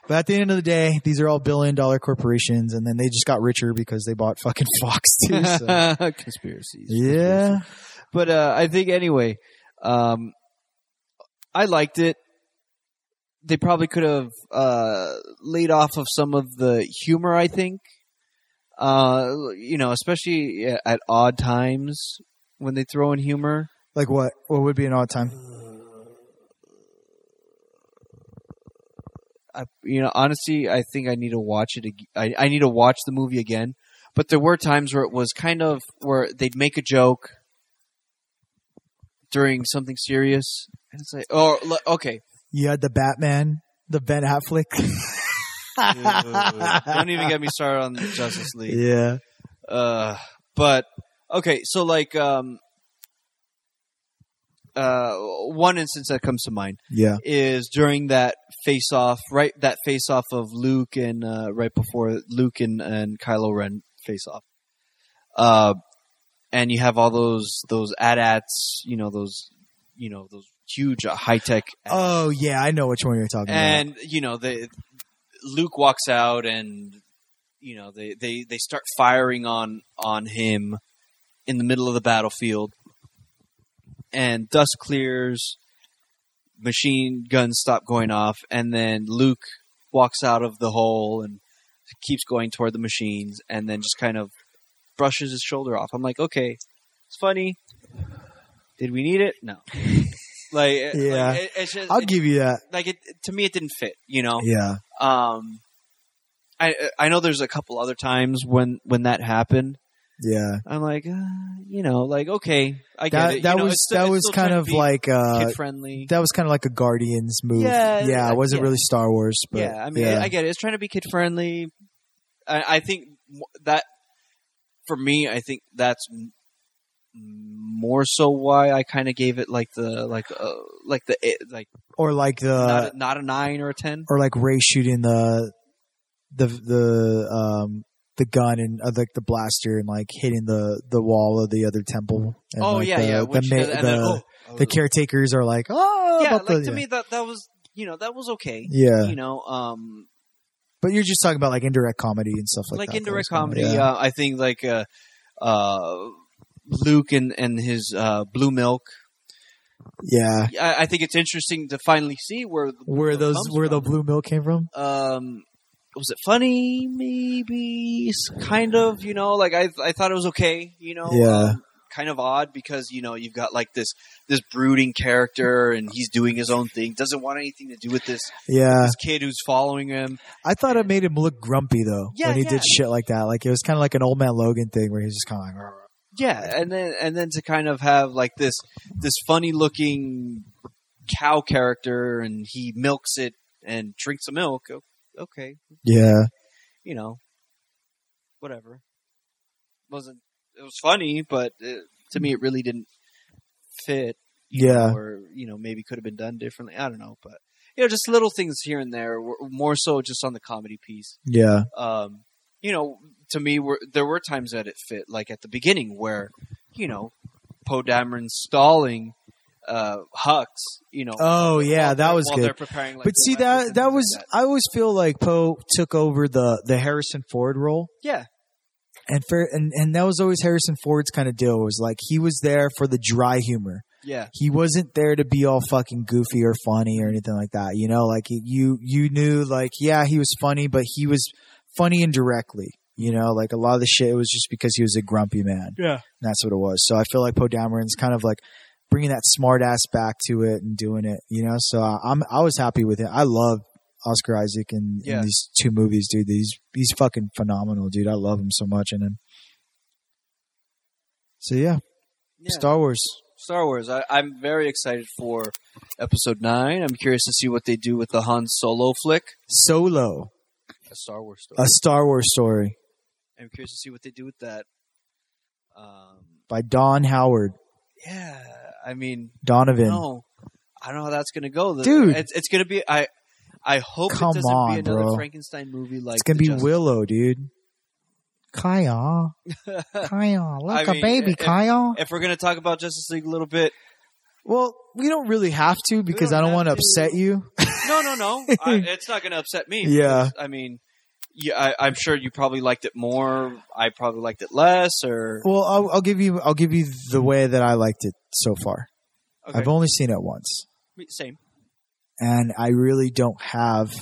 but at the end of the day, these are all billion dollar corporations and then they just got richer because they bought fucking <laughs> Fox
<laughs>
too. So.
Conspiracies.
yeah.
But uh, I think anyway, um, I liked it. They probably could have uh, laid off of some of the humor. I think, uh, you know, especially at odd times when they throw in humor.
Like what? What would be an odd time?
I, you know, honestly, I think I need to watch it. ag- I, I need to watch the movie again. But there were times where it was kind of where they'd make a joke during something serious, and it's like, oh, li- okay,
You had the Batman, the Ben Affleck. <laughs>
don't even get me started <laughs> on Justice League.
yeah.
Uh, but okay, so like, um, uh, one instance that comes to mind
Yeah.
is during that face off, right? That face off of Luke and uh, right before Luke and, and Kylo Ren face off. Uh, and you have all those those AT-ATs, you know those, you know those huge uh, high tech.
Oh yeah. I know which one you're talking about.
and you know the Luke walks out, and you know they they they start firing on on him in the middle of the battlefield, and dust clears, machine guns stop going off, and then Luke walks out of the hole and keeps going toward the machines, and then just kind of brushes his shoulder off. I'm like, okay, it's funny. Did we need it? No. <laughs> Like, yeah.
Yeah.
it's just,
I'll give you that.
like it to me it didn't fit you know
Yeah.
um i i know there's a couple other times when when that happened
Yeah.
i'm like uh, you know like okay i get
that
it
that
you know,
was
it's still-
that
it's
was
still
kind
trying to
of
be
like uh
kid friendly
that was kind of like a Guardians move.
Yeah,
yeah, it wasn't
yeah.
really Star Wars, but
yeah i mean I, get it it's trying to be kid friendly I, I think mo- that for me i think that's m- more so why i kind of gave it like the like uh, like the eh, like
or like the
not, a, not a 9 or a 10
or like Ray shooting the the the um the gun and uh, like the blaster and like hitting the the wall of the other temple. And
oh
like
yeah
the,
yeah
The,
when she
ma-
does- and then-
the,
oh,
the caretakers are like oh
yeah,
about
like
the-
to me that that was you know that was okay.
yeah.
You know, um,
but you're just talking about like indirect comedy and stuff like,
like
that.
indirect
That was
comedy.
kinda-
Uh, I think like uh, uh, Luke and and his uh, blue milk.
yeah. yeah.
I, I think it's interesting to finally see where the blue
Where
milk
those
comes
where the
from.
blue milk came from?
um, was it funny? Maybe S- kind of. You know, like I I thought it was okay. You know,
Yeah.
um, kind of odd because you know you've got like this this brooding character and he's doing his own thing. Doesn't want anything to do with this
Yeah.
this kid who's following him.
I thought it made him look grumpy though
Yeah,
when he
yeah.
did shit like that. Like it was kind of like an old man Logan thing where he's just kind of like, "Rrr."
Yeah, and then and then to kind of have like this this funny looking cow character, and he milks it and drinks the milk. O- Okay,
yeah,
you know, whatever. wasn't It was funny, but it, to me, it really didn't fit. you
Yeah.
know, or you know, maybe could have been done differently. I don't know, but you know, just little things here and there. were- More so, just on the comedy piece
yeah,
um, you know, to me, were, there were times that it fit, like at the beginning where, you know, Poe Dameron's stalling uh, Hux, you know.
Oh, yeah,
while-
that was
while
good.
they're preparing, like,
but
the
see
weapons
that
and
that
things
was
like
I always feel like Poe took over the the Harrison Ford role,
yeah,
and for and and that was always Harrison Ford's kind of deal. It was like he was there for the dry humor.
yeah,
He wasn't there to be all fucking goofy or funny or anything like that. You know, like you you knew like yeah he was funny, but he was funny indirectly. You know, like a lot of the shit was just because he was a grumpy man.
Yeah.
And that's what it was. So I feel like Poe Dameron's kind of like bringing that smart ass back to it and doing it, you know. So I- I'm I was happy with it. I love Oscar Isaac in,
Yeah.
in these two movies, dude. He's he's fucking phenomenal, dude. I love him so much. And then So yeah, Star Wars.
Star Wars. I, I'm very excited for Episode Nine. I'm curious to see what they do with the Han Solo flick.
Solo,
A Star Wars story.
a Star Wars story
I'm curious to see what they do with that. Um,
by Don Howard,
yeah, I mean,
Donovan.
no, I don't know how that's gonna go. The-
Dude.
it's, it's gonna be. I I hope
Come
it doesn't
on,
be another
bro.
Frankenstein movie like
it's gonna
the
be
Justice-
Willow, dude.
<laughs>
Kaya, Kaya, like
I
a
mean, eh,
baby,
if-
Kaya.
If we're gonna talk about Justice League a little bit,
Well, we don't really have to because
don't
I don't
have
want to
to.
upset you.
no, no, no,
<laughs>
I, it's not gonna upset me.
Yeah.
because, I mean. Yeah, I, I'm sure you probably liked it more. I probably liked it less, or
Well, I'll, I'll give you I'll give you the way that I liked it so far.
Okay.
I've only seen it once,
Me- same.
and I really don't have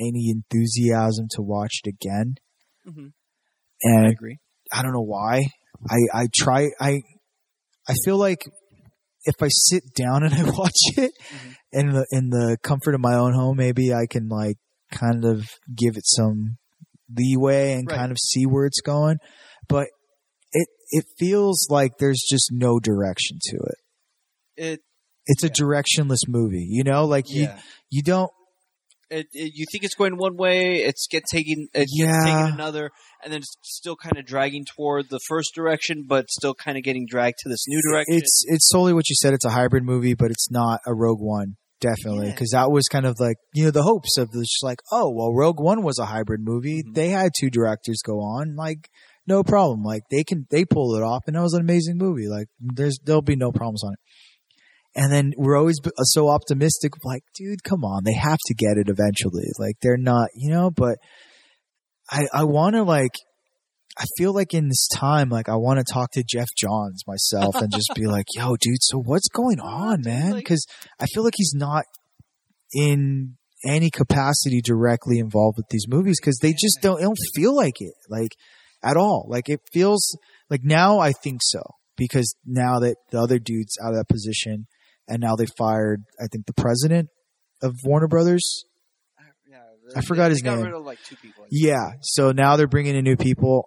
any enthusiasm to watch it again.
Mhm. I
And
agree.
I don't know why. I I try I I feel like if I sit down <laughs> and I watch it
Mhm.
in the in the comfort of my own home, maybe I can like kind of give it some leeway and
Right.
kind of see where it's going. But it it feels like there's just no direction to it.
It,
It's a
Yeah.
directionless movie, you know? Like you
yeah.
you don't
It, it- you think it's going one way, it's get taking, it
Yeah.
gets taken another, and then it's still kind of dragging toward the first direction, but still kind of getting dragged to this new direction.
It's it's solely what you said. It's a hybrid movie, but it's not a Rogue One, definitely,
Yeah.
because that was kind of like you know the hopes of this, just like oh well, Rogue One was a hybrid movie.
Mhm.
They had two directors go on, like no problem, like they can they pulled it off, and that was an amazing movie. Like there's there'll be no problems on it. And then we're always b- so optimistic, like dude, come on, they have to get it eventually. Like they're not, you know, but I I want to like I feel like in this time, like I want to talk to Jeff Johns myself and just be like, "Yo, dude, so what's going on, man?"
Like-
Because I feel like he's not in any capacity directly involved with these movies because they just don't they don't feel like it, like at all. Like it feels like now I think so because now that the other dude's out of that position and now they fired, I think the president of Warner Brothers.
yeah,
I forgot
they
his
got
name.
rid of like two people. I think.
Yeah. So now they're bringing in new people.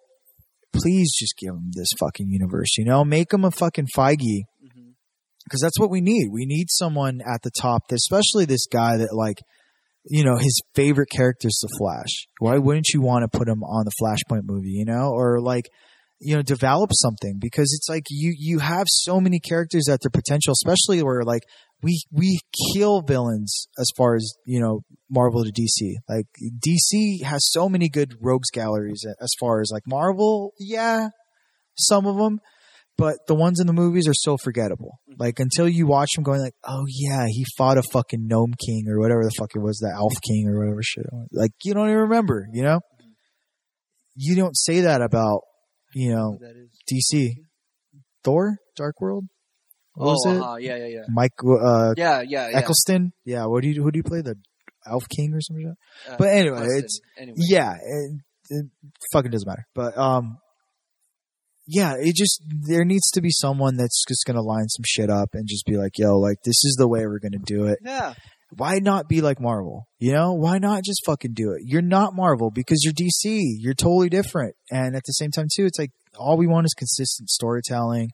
Please just give them this fucking universe, you know? Make them a fucking Feige
Mhm.
because that's what we need. We need someone at the top, especially this guy that, like, you know, his favorite character is the Flash. Why wouldn't you want to put him on the Flashpoint movie, you know? Or, like, you know, develop something because it's like you you have so many characters at their potential, especially where like we we kill villains as far as you know Marvel to DC. Like DC has so many good rogues galleries a- as far as like Marvel, yeah, some of them, but the ones in the movies are so forgettable.
Mm-hmm.
Like until you watch them going like, oh yeah, he fought a fucking gnome king or whatever the fuck it was, the elf king or whatever shit. it was. Like you don't even remember, you know.
Mm-hmm.
You don't say that about you know
That is.
DC, Thor, Dark World. What was
oh,
it?
uh-huh. yeah, yeah, yeah.
Mike uh,
Yeah, yeah, yeah.
Eccleston. Yeah. What do you? Who do you play? The Elf King or something?
Uh,
but anyway,
Preston.
it's
anyway.
yeah. It, it fucking doesn't matter. But um, yeah. It just there needs to be someone that's just gonna line some shit up and just be like, yo, like this is the way we're gonna do it.
Yeah,
Why not be like Marvel? You know, why not just fucking do it? You're not Marvel because you're DC. You're totally different. And at the same time, too, it's like all we want is consistent storytelling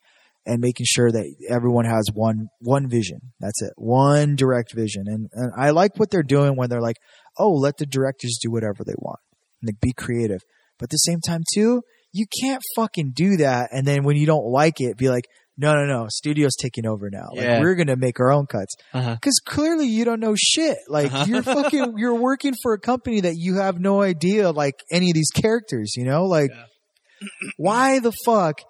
and making sure that everyone has one one vision. That's it, one direct vision. And, and I like what they're doing when they're like, oh, let the directors do whatever they want, like be creative. But at the same time, too, you can't fucking do that. And then when you don't like it, be like, no, no, no, studio's taking over now.
Yeah.
Like we're gonna make our own cuts
Uh-huh.
because clearly you don't know shit. Like
<laughs>
Uh-huh.
you're fucking, you're working for a company that you have no idea like any of these characters. You know, like <clears throat> why the fuck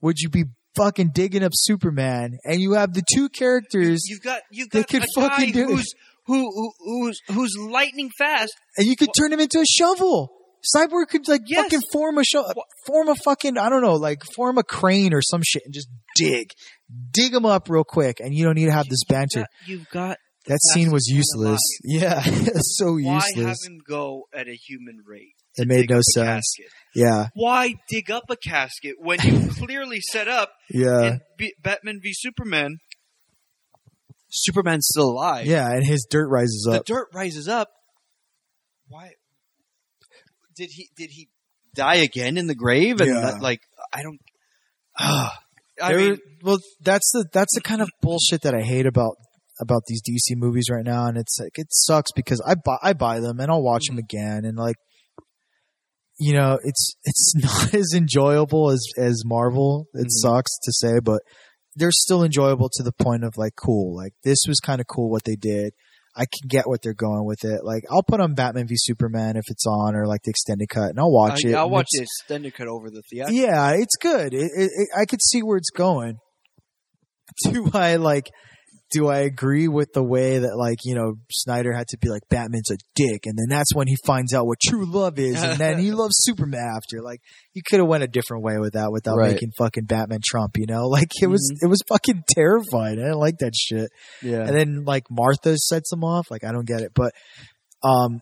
would you be fucking digging up Superman and you have the two characters
You've got you
They
got
could
a
fucking
guy
do it.
who's who, who who's who's lightning fast.
and you could turn him into a shovel? Cyborg could like
Yes.
fucking form a shovel, form a fucking I don't know, like form a crane or some shit and just dig, dig him up real quick, and you don't need to have this banter.
You've got
That scene was
fastest man alive.
useless. Yeah, <laughs> so
why have
useless.
him go at a human rate?
It made
Dig up
no
a
sense.
casket.
Yeah,
Why dig up a casket when you <laughs> clearly set up
yeah.
in B- Batman v Superman?
Superman's still alive.
Yeah, and his dirt rises
Uh.
the
up.
dirt rises up. Why did he did he die again in the grave? And
Yeah.
that, like I don't. Ah, I
There-
mean,
well, that's the that's the kind of bullshit that I hate about about these DC movies right now, and it's like it sucks because I buy I buy them and I'll watch them
Mm-hmm.
again, and like, you know, it's it's <laughs> not as enjoyable as as Marvel. It
Mhm.
sucks to say, but they're still enjoyable to the point of like cool. Like this was kind of cool what they did. I can get what they're going with it. Like I'll put on Batman v Superman if it's on or like the extended cut, and I'll watch it.
I, will
and
Uh, watch
it's-
the extended cut over the theater.
yeah, it's good. It, it, it, I could see where it's going. <laughs> Do I like? Do I agree with the way that like you know Snyder had to be like Batman's a dick, and then that's when he finds out what true love is, and then he loves Superman after. Like you could have went a different way with that without
Right.
making fucking Batman Trump. You know, <laughs> like it was it was fucking terrifying. I didn't like that shit.
Yeah.
And then like Martha sets him off. Like I don't get it, but um,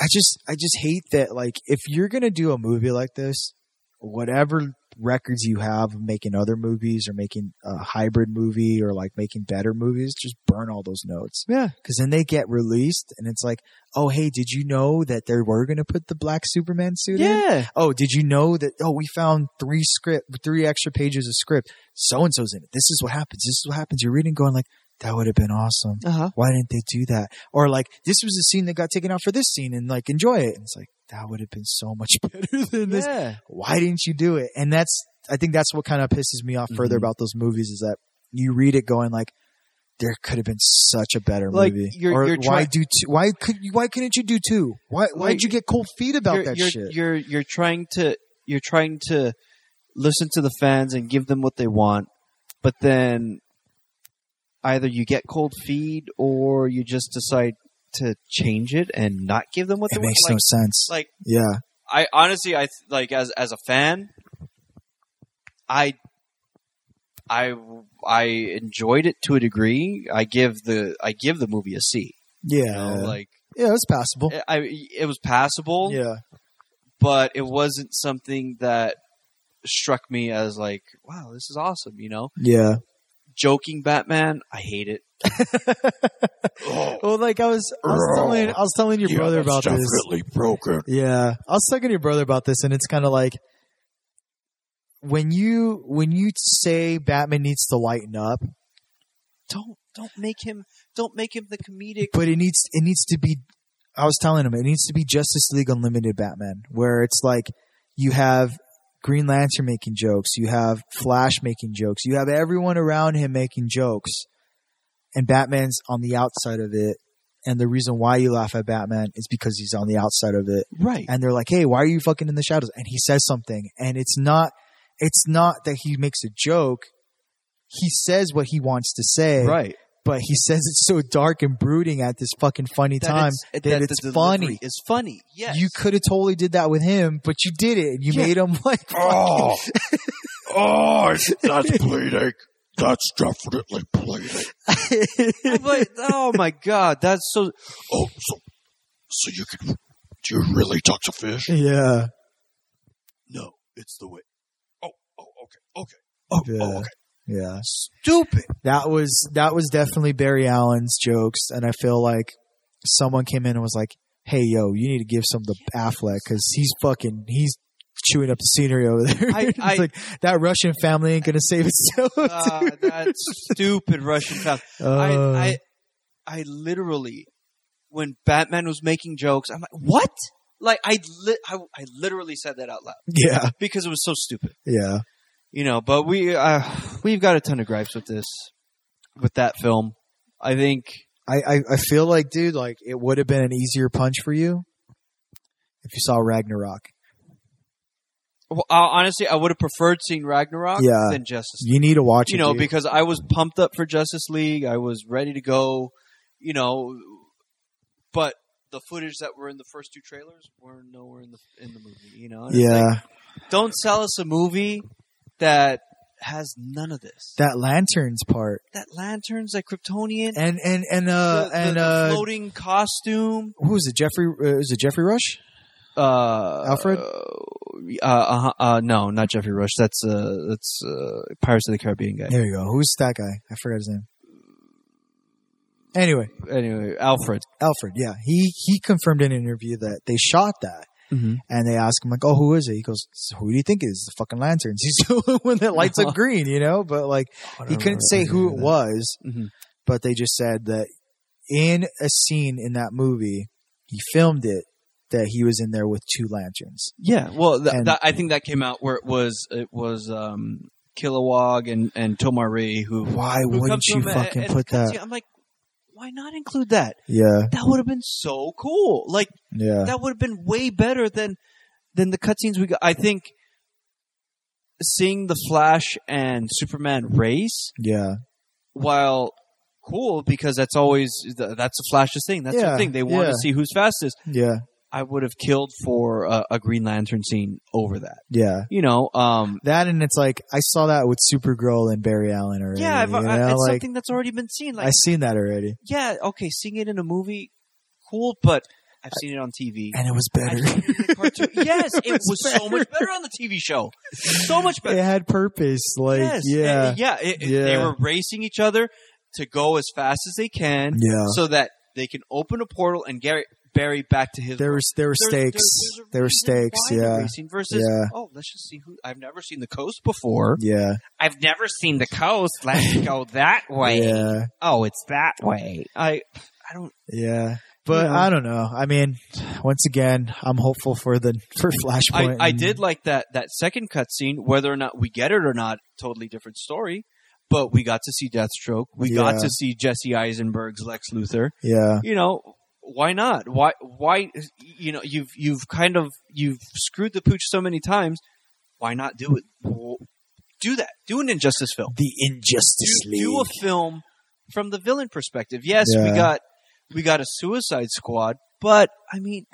I just I just hate that. Like if you're gonna do a movie like this, whatever records you have of making other movies or making a hybrid movie or like making better movies, just burn all those notes
yeah.
because then they get released and it's like, oh hey, did you know that they were gonna put the black Superman suit in?
Yeah.
oh, did you know that? Oh, we found three script, three extra pages of script. So and so's in it. This is what happens. This is what happens. You're reading, going like, that would have been awesome.
Uh huh.
Why didn't they do that? Or like, this was a scene that got taken out for this scene, and like, enjoy it. And it's like that would have been so much <laughs> better than this.
Yeah.
Why didn't you do it? And that's, I think that's what kind of pisses me off further
Mhm.
about those movies is that you read it going like. There could have been such a better
Like,
movie.
you're-
or
you're
why
try-
do two? Why could you? Why couldn't you do two? Why? Why
Like,
did you get cold feet about
you're,
that
you're,
shit?
You're you're trying to you're trying to listen to the fans and give them what they want, but then either you get cold feed or you just decide to change it and not give them what
it
they
makes
want.
no sense.
Like, like
yeah,
I honestly I th- like as as a fan, I I I enjoyed it to a degree. I give the I give the movie a C. You
Yeah.
know, like
yeah, it's passable.
I it was passable.
Yeah.
but it wasn't something that struck me as like, wow, this is awesome, you know?
Yeah.
Joking Batman, I hate it. oh,
Well, like I was, I was telling, I was telling your brother about this.
broken.
Yeah. I was talking to your brother about this and it's kind of like, when you, when you say Batman needs to lighten up,
don't don't make him don't make him the comedic
but it needs, it needs to be, I was telling him, it needs to be Justice League Unlimited Batman, where it's like, you have Green Lantern making jokes, you have Flash making jokes, you have everyone around him making jokes, and Batman's on the outside of it. And the reason why you laugh at Batman is because he's on the outside of it.
right.
And they're like, "Hey, why are you fucking in the shadows?" And he says something, and it's not, it's not that he makes a joke. He says what he wants to say,
Right.
but he says it's so dark and brooding at this fucking funny time that, it's
the delivery
funny.
is <laughs> funny. Yes.
You could have totally did that with him, but you did it. You
Yeah.
made him <laughs> like
Oh, oh, that's bleeding. That's definitely bleeding.
I'm like, oh my god, that's
<laughs>
so
Oh, so, so you can, do you really talk to fish?
yeah.
No, it's the way. Oh, oh, okay, okay. Oh,
Yeah.
oh, okay.
Yeah.
stupid.
That was that was definitely Barry Allen's jokes and I feel like someone came in and was like, "Hey yo, you need to give some to Affleck cuz he's fucking he's chewing up the scenery over there."
I-
<laughs> it's
I-
like that Russian family ain't going to save <laughs> itself.
Uh,
dude."
that's stupid Russian family.
Uh,
I, I I literally when Batman was making jokes, I'm like, what? Like I, li- I I literally said that out loud
yeah.
because it was so stupid,
Yeah.
you know. But we uh, we've got a ton of gripes with this with that film. I think
I, I I feel like dude, like it would have been an easier punch for you if you saw Ragnarok.
well, uh, honestly, I would have preferred seeing Ragnarok
Yeah.
than Justice. League.
You need to watch
You
it.
know,
dude.
because I was pumped up for Justice League. I was ready to go. You know, but the footage that were in the first two trailers were nowhere in the in the movie. You know, And it's
yeah.
like, don't sell us a movie that has none of this. That,
that lanterns part.
lantern's that Kryptonian
And and and uh
the, the-
and
the
uh
floating costume.
who was it? Jeffrey uh, was it Jeffrey Rush?
Uh,
Alfred?
Uh, uh, uh, no, not Jeffrey Rush. That's uh, that's uh, Pirates of the Caribbean guy.
There you go. Who's that guy? I forgot his name. Anyway,
Anyway, Alfred.
Alfred. Yeah, he he confirmed in an interview that they shot that,
Mhm.
and they ask him like, "Oh, who is it?" He goes, "Who do you think it is? The fucking lanterns." <laughs> He's the one that lights
Uh-huh.
up green, you know. But like, he couldn't say who it was,
Mhm.
but they just said that in a scene in that movie, he filmed it that he was in there with two lanterns.
Yeah, well, th-
And-
that, I think that came out where it was it was um, Kilowog and and Tomari who.
Why
who
wouldn't
comes
you
from-
fucking
and-
put
and
that?
I'm like, why not include that?
Yeah,
That would have been so cool. Like
yeah.
that would have been way better than than the cutscenes we got. I think seeing the Flash and Superman race
Yeah,
while cool because that's always th- that's the Flash's thing. That's
Yeah,
the thing they want
yeah.
to see who's fastest.
yeah,
I would have killed for a, a Green Lantern scene over that.
yeah.
You know, um,
That and it's like I saw that with Supergirl and Barry Allen already.
yeah, I've,
you know?
I, it's
like
something that's already been seen. Like,
I seen that already,
yeah, okay, seeing it in a movie, cool, but I've seen it on
<laughs>
TV.
and it was
I've
better.
seen <laughs>
<laughs>
it in a cartoon. yes, it
It's
was so much better on the TV show. So
<laughs>
much better.
it had purpose. Like
yes,
yeah,
and- yeah, it- it- They
Yeah.
were racing each other to go as fast as they can,
Yeah.
so that they can open a portal and get Barry back to his.
there was there were
There's-
stakes.
there's a
There were
reason
stakes.
why they're
Yeah,
Racing versus
Yeah.
oh, let's just see who. I've never seen the coast before.
yeah,
I've never seen the
<laughs>
coast. Let's go that way.
yeah,
Oh, it's that way.
I I don't.
yeah. But
Yeah.
I don't know. I mean, once again, I'm hopeful for the for
I,
Flashpoint.
I
and-
did like that that second cutscene. Whether or not we get it or not, totally different story. But we got to see Deathstroke. We got
Yeah.
to see Jesse Eisenberg's Lex Luthor.
Yeah,
You know why not? Why why you know you've you've kind of you've screwed the pooch so many times. Why not do it? Well, Do that. Do an injustice film.
the Injustice
Do,
League.
do a film from the villain perspective. Yes, we
Yeah.
got we got a Suicide Squad, but I mean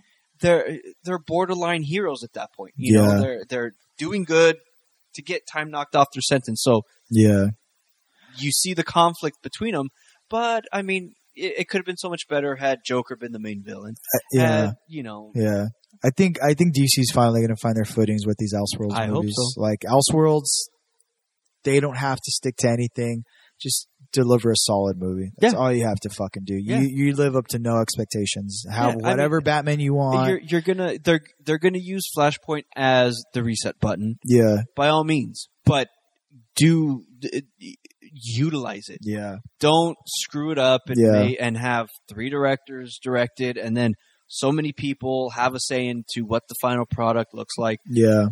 they're they're borderline heroes at that point. You
Yeah.
know, they're they're doing good to get time knocked off their sentence. So
yeah,
you see the conflict between them, but I mean it, it could have been so much better had Joker been the main villain.
I- Uh, yeah,
Had, you know,
yeah. I think I think DC's finally going to find their footings with these Elseworlds
I hope
movies. Like Elseworlds, they don't have to stick to anything. Just deliver a solid movie. That's
Yeah.
all you have to fucking do. You
Yeah.
you live up to no expectations.
Yeah,
Have
I mean-
whatever Batman you want.
you're you're gonna they're they're gonna use Flashpoint as the reset button
yeah,
by all means, but do d- utilize it.
yeah,
don't screw it up and
Yeah.
ma- and have three directors directed and then so many people have a say into what the final product looks like
yeah,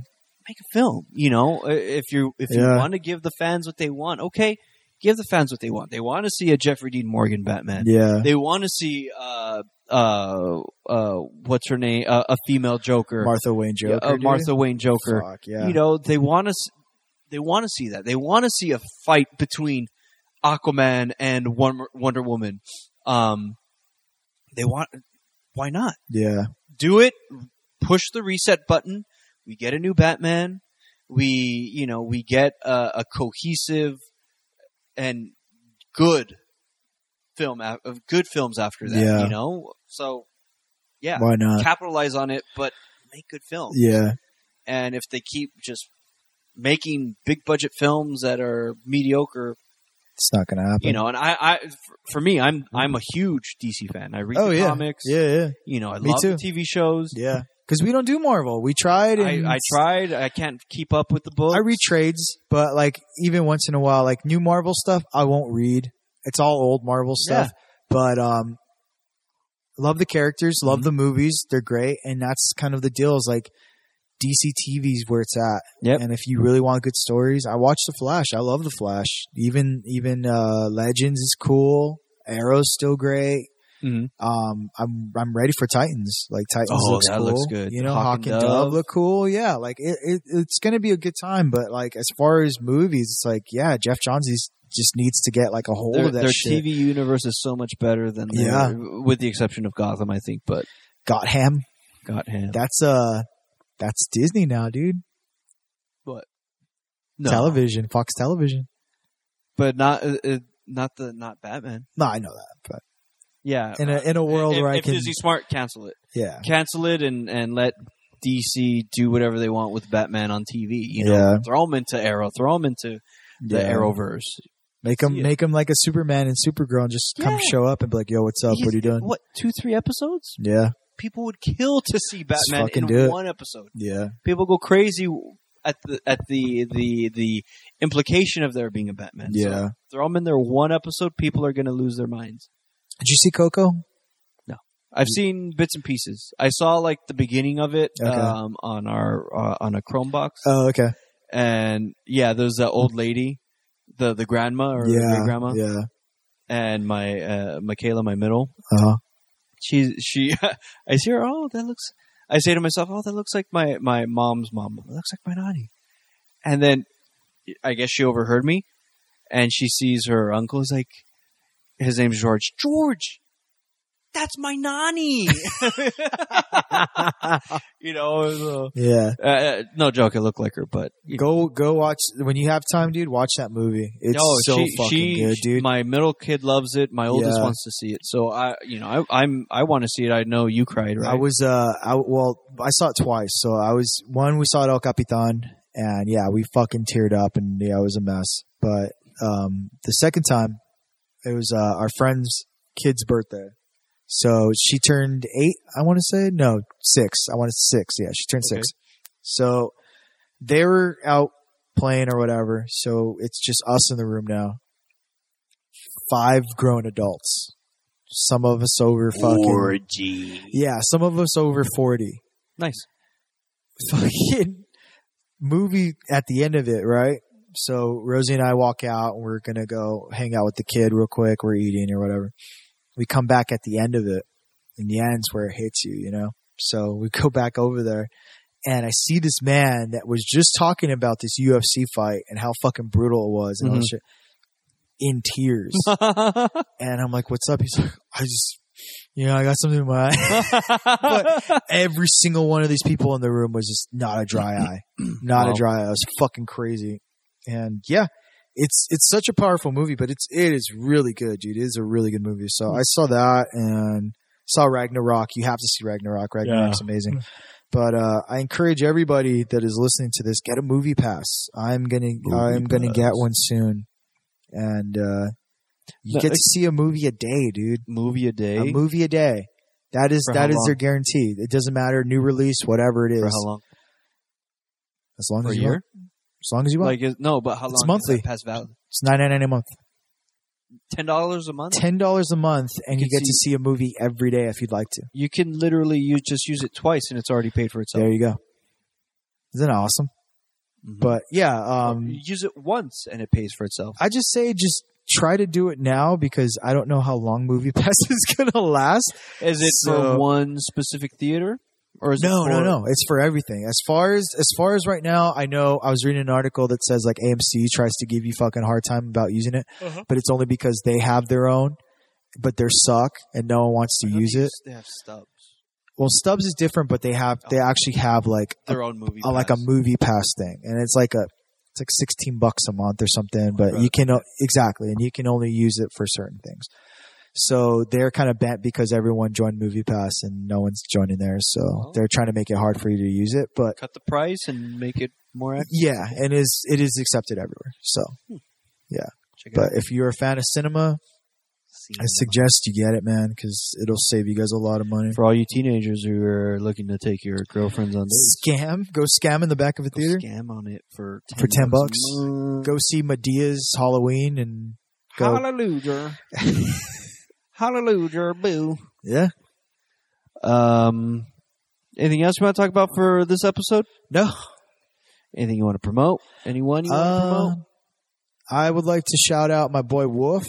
make a film you know I- if you if you
Yeah.
want to give the fans what they want okay give the fans what they want they want to see a jeffrey dean morgan batman
yeah,
they want to see uh uh uh what's her name uh, a female joker
Martha Wayne Joker.
uh,
dude.
martha wayne joker
Fuck, yeah.
you know they want to they want to see that they want to see a fight between aquaman and Won- wonder woman um they want why not
yeah,
do it push the reset button we get a new batman we you know we get a, a cohesive and good film af- of good films after that
Yeah.
you know so yeah
why not?
capitalize on it but make good films
Yeah,
and if they keep just making big budget films that are mediocre,
it's not gonna happen.
you know, and I, I for me, I'm I'm a huge DC fan. I read
oh
the
yeah,
comics,
yeah, yeah,
you know, I
Me
love
too.
the TV shows.
yeah. Because we don't do Marvel. We tried. And
I, I tried, I can't keep up with the books.
I read trades, but like even once in a while, like new Marvel stuff, I won't read. It's all old Marvel stuff. But um, love the characters, love
Mm-hmm.
the movies. They're great, and that's kind of the deal. Is like DC TV's where it's at.
Yep.
And if you really want good stories, I watch The Flash. I love The Flash. Even even uh, Legends is cool. Arrow's still great.
Mhm.
Um, I'm I'm ready for Titans. Like Titans
Oh,
looks
that
cool.
looks good.
You know,
Hawk
Hawk
and
and Dove
Dove.
look cool. Yeah, like it, it it's gonna be a good time. But like as far as movies, it's like yeah, Jeff Johns is- just needs to get like a hold
Their,
of that
their
shit.
TV universe is so much better than
Yeah.
their- with the exception of Gotham, I think. But
Gotham.
God, hand.
That's uh that's Disney now, dude.
No.
Television, Fox Television.
but not uh, uh, not the not Batman.
No, I know that,
Yeah,
but in a in a world
Uh, if,
where I
if
can,
Disney Smart cancel it.
yeah,
cancel it and and let DC do whatever they want with Batman on TV. You know,
Yeah.
throw them into Arrow, throw them into the
yeah.
Arrowverse.
make them
See it.
make them like a Superman and Supergirl, and just come
Yeah.
show up and be like, "Yo, what's up?
He's-
what are you doing?"
What two, three episodes?
Yeah,
people would kill to see Batman
fucking do
in
it.
one episode.
Yeah.
People go crazy at the at the the the implication of there being a Batman. So
Yeah.
throw them in there one episode, people are going to lose their minds.
Did you see Coco?
I've seen bits and pieces. I saw like the beginning of it
Mm. Okay.
um, on our uh, on a Chromebox,
Oh, okay.
and yeah, there's that old lady, the the grandma or
yeah.
great grandma,
Yeah.
and my uh, Michaela, my middle.
Uh-huh.
She she, <laughs> I see her. Oh, that looks. I say to myself, oh, that looks like my my mom's mom. That looks like my nanny. And then, I guess she overheard me, and she sees her uncle is like, his name's George. George, <laughs> that's my
<laughs>
nanny. you know, it was, uh,
Yeah.
uh, uh, no joke. It looked like her, but you
Go go watch when you have time, dude. Watch that movie. It's
No,
so fucking good, dude.
My middle kid loves it. My oldest
Yeah.
wants to see it. So I, you know, I, I'm I want to see it. I know you cried, right?
I was uh I well I saw it twice. So I was one we saw it El Capitan and yeah, we fucking teared up and yeah, it was a mess. But um the second time it was uh our friend's kid's birthday. So she turned 8, I want to say. No, 6. I want to 6. Yeah, she turned
Okay.
6. So they were out playing or whatever. So it's just us in the room now. Five grown adults. Some of us over fucking yeah, some of us over 40.
nice.
<laughs> Fucking movie at the end of it, right? So Rosie and I walk out and we're going to go hang out with the kid real quick. We're eating or whatever. We come back at the end of it. And the end's where it hits you, you know? So we go back over there and I see this man that was just talking about this UFC fight and how fucking brutal it was and all that shit in
<laughs>
tears. and I'm like, what's up? He's like, I just, you know, I got something in my eye
but,
every single one of these people in the room was just not a dry eye, not
Wow.
a dry eye. It was fucking crazy, and yeah, it's it's such a powerful movie, but it's it is really good, dude. It is a really good movie. So I saw that and saw Ragnarok. You have to see Ragnarok. Ragnarok's amazing. But uh, I encourage everybody that is listening to this get a movie pass. I'm gonna I'm gonna get one soon, and uh, you
No,
get to
it's-
see a movie a day, dude.
movie a day
A movie a day. That is
For how
that is
long?
their guarantee. It doesn't matter new release, whatever it is.
for how long?
As long
For a
as you
year?
want. As long as you want.
Like is, no, but how
It's
long?
monthly.
Pass valid.
it's nine nine nine a month.
Ten dollars a month.
Ten dollars a month, and
You
you,
can
get to see a movie every day if you'd like to.
You can literally you just use it twice and it's already paid for itself.
There you go. Isn't that awesome?
Mhm.
But yeah,
You
um,
use it once and it pays for itself.
I just say just try to do it now because I don't know how long <laughs> Movie Pass is gonna last.
Is it
So-
for one specific theater or is it
No,
for,
no, no. It's for everything. As far as as far as right now, I know I was reading an article that says like AMC tries to give you fucking hard time about using it,
Uh-huh.
but it's only because they have their own, but they suck and no one wants to
How do
use
you
it.
s- They have stubs.
Well, Stubbs is different, but they have they actually have like a,
Their own movie.
a- like a
pass.
movie pass thing, and it's like a it's like sixteen bucks a month or something. But you can o- exactly, and you can only use it for certain things. So they're kind of bent because everyone joined Movie Pass and no one's joining theirs. So
Oh.
they're trying to make it hard for you to use it, but
cut the price and make it more accurate.
yeah, and is it is accepted everywhere. So,
Check it
but
out.
if you're a fan of cinema, I suggest you get it, man, because it'll save you guys a lot of money.
for all you teenagers who are looking to take your girlfriends on dates,
Scam, go scam in the back of a
go
theater.
scam on it for 10
For 10
bucks.
bucks?
a month.
go see Medea's Halloween and
<laughs>
go.
Hallelujah. Hallelujah, boo.
yeah.
Um, anything else you want to talk about for this episode?
No.
Anything you want to promote? Anyone you want to
Uh,
promote?
I would like to shout out my boy Wolf.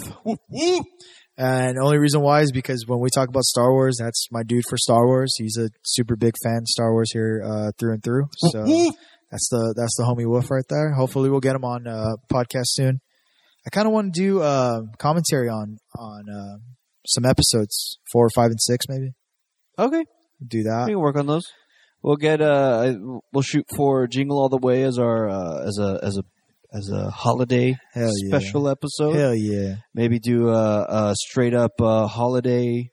And only reason why is because when we talk about Star Wars, that's my dude for Star Wars. He's a super big fan of Star Wars here uh, through and through. So that's the that's the homie Wolf right there. Hopefully we'll get him on uh, podcast soon. I kind of want to do uh, commentary on on uh, some episodes four, five, and six maybe.
Okay,
uh, Do that.
we can work on those. We'll get uh, we'll shoot for Jingle All the Way as our uh, as a as a as a holiday
Hell yeah.
special episode.
Hell yeah.
Maybe do a, a straight up uh, holiday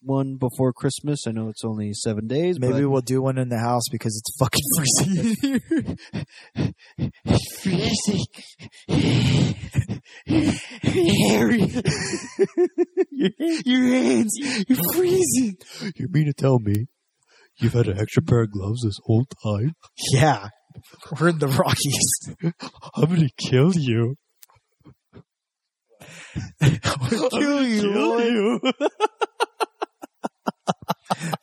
one before Christmas. I know it's only seven days.
Maybe
but
we'll do one in the house because it's
<laughs>
fucking freezing in here. freezing. Harry. your, <laughs> your hands. You're freezing.
You mean to tell me you've had an extra pair of gloves this whole time?
Yeah. We're in the Rockies.
I'm gonna kill you.
<laughs> Kill you, Lloyd.
you.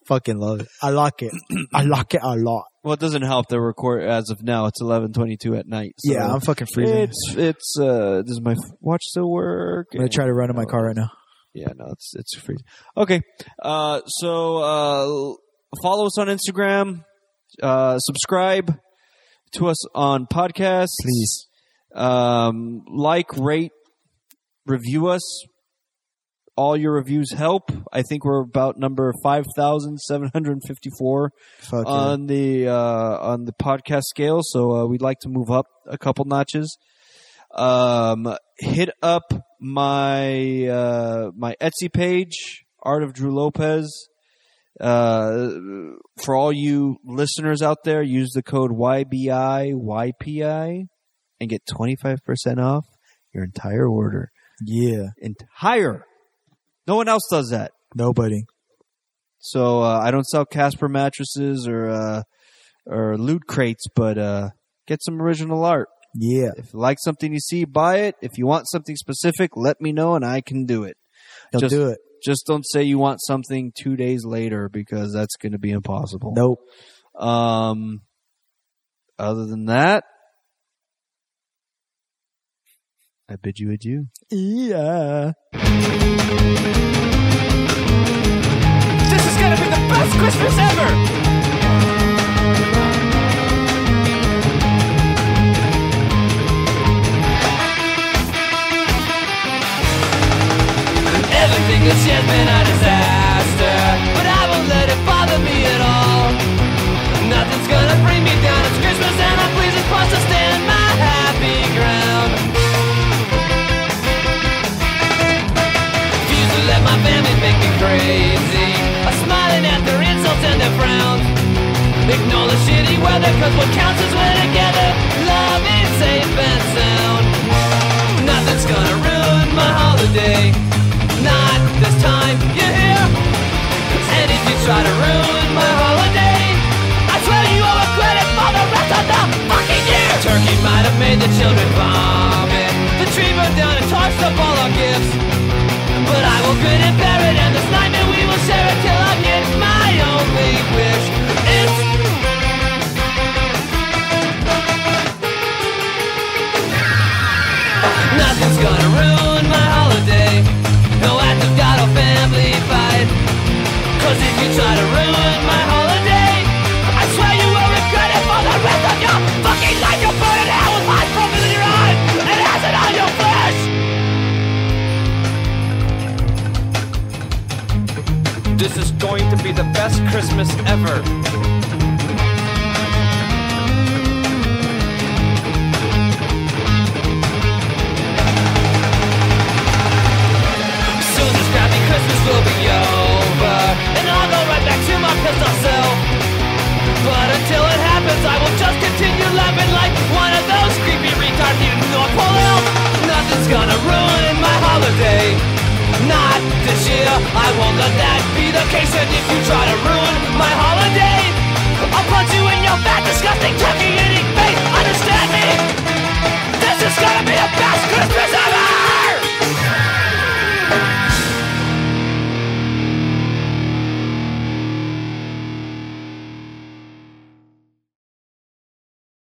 Fucking love it. I like it. <clears throat> I like it a lot.
well, it doesn't help that we're quar- as of now. It's eleven twenty-two at night. So
yeah, I'm fucking freezing.
it's it's uh. Does my watch still work?
I'm gonna try to run in my car right now.
Yeah, no, it's it's free. Okay, uh, so uh, follow us on Instagram, uh, subscribe to us on podcasts,
Please.
Um, like, rate, review us. All your reviews help. I think we're about number five thousand seven hundred fifty-four
Fuck it.
on the uh, on the podcast scale. So uh, we'd like to move up a couple notches. Um, hit up my uh, my Etsy page, Art of Drew Lopez. Uh, for all you listeners out there, use the code YBI YPI and get twenty five percent off your entire order.
Yeah.
Entire. No one else does that.
Nobody.
So uh, I don't sell Casper mattresses or uh, or loot crates, but uh, get some original art.
Yeah.
If you like something you see, buy it. If you want something specific, let me know and I can do it.
They'll
Just-
do it.
Just don't say you want something two days later because that's going to be impossible.
Nope.
Um, other than that, I bid you adieu.
Yeah.
This is gonna be the best Christmas ever! Everything this year's been a disaster, but I won't let it bother me at all. Nothing's gonna bring me down. It's Christmas and I'm pleased and supposed to stand my happy ground. refuse to let my family make me crazy. I'm smiling at their insults and their frowns. Ignore the shitty weather, cause what counts is we're together. Love is safe and sound. Nothing's gonna ruin my holiday. Not this time, you hear? And if you try to ruin my holiday, I swear you will regret it for the rest of the fucking year. Turkey might have made the children vomit. The tree burned down and torched up all our gifts. But I will grin and bear it, and this nightmare we will share it till I get my only wish. It's nothing's gonna ruin my holiday. No act of God or family fight. Cause if you try to ruin my holiday, I swear you will regret it for the rest of your fucking life. You'll burn in hell with hot focus in your eyes and acid on your flesh. This is going to be the best Christmas ever. Soon this crappy Christmas will be over, and I'll go right back to my pissed off self. But until it happens, I will just continue laughing like one of those creepy retard mutant North Pole elf. Nothing's gonna ruin my holiday. Not this year, I won't let that be the case. And if you try to ruin my holiday,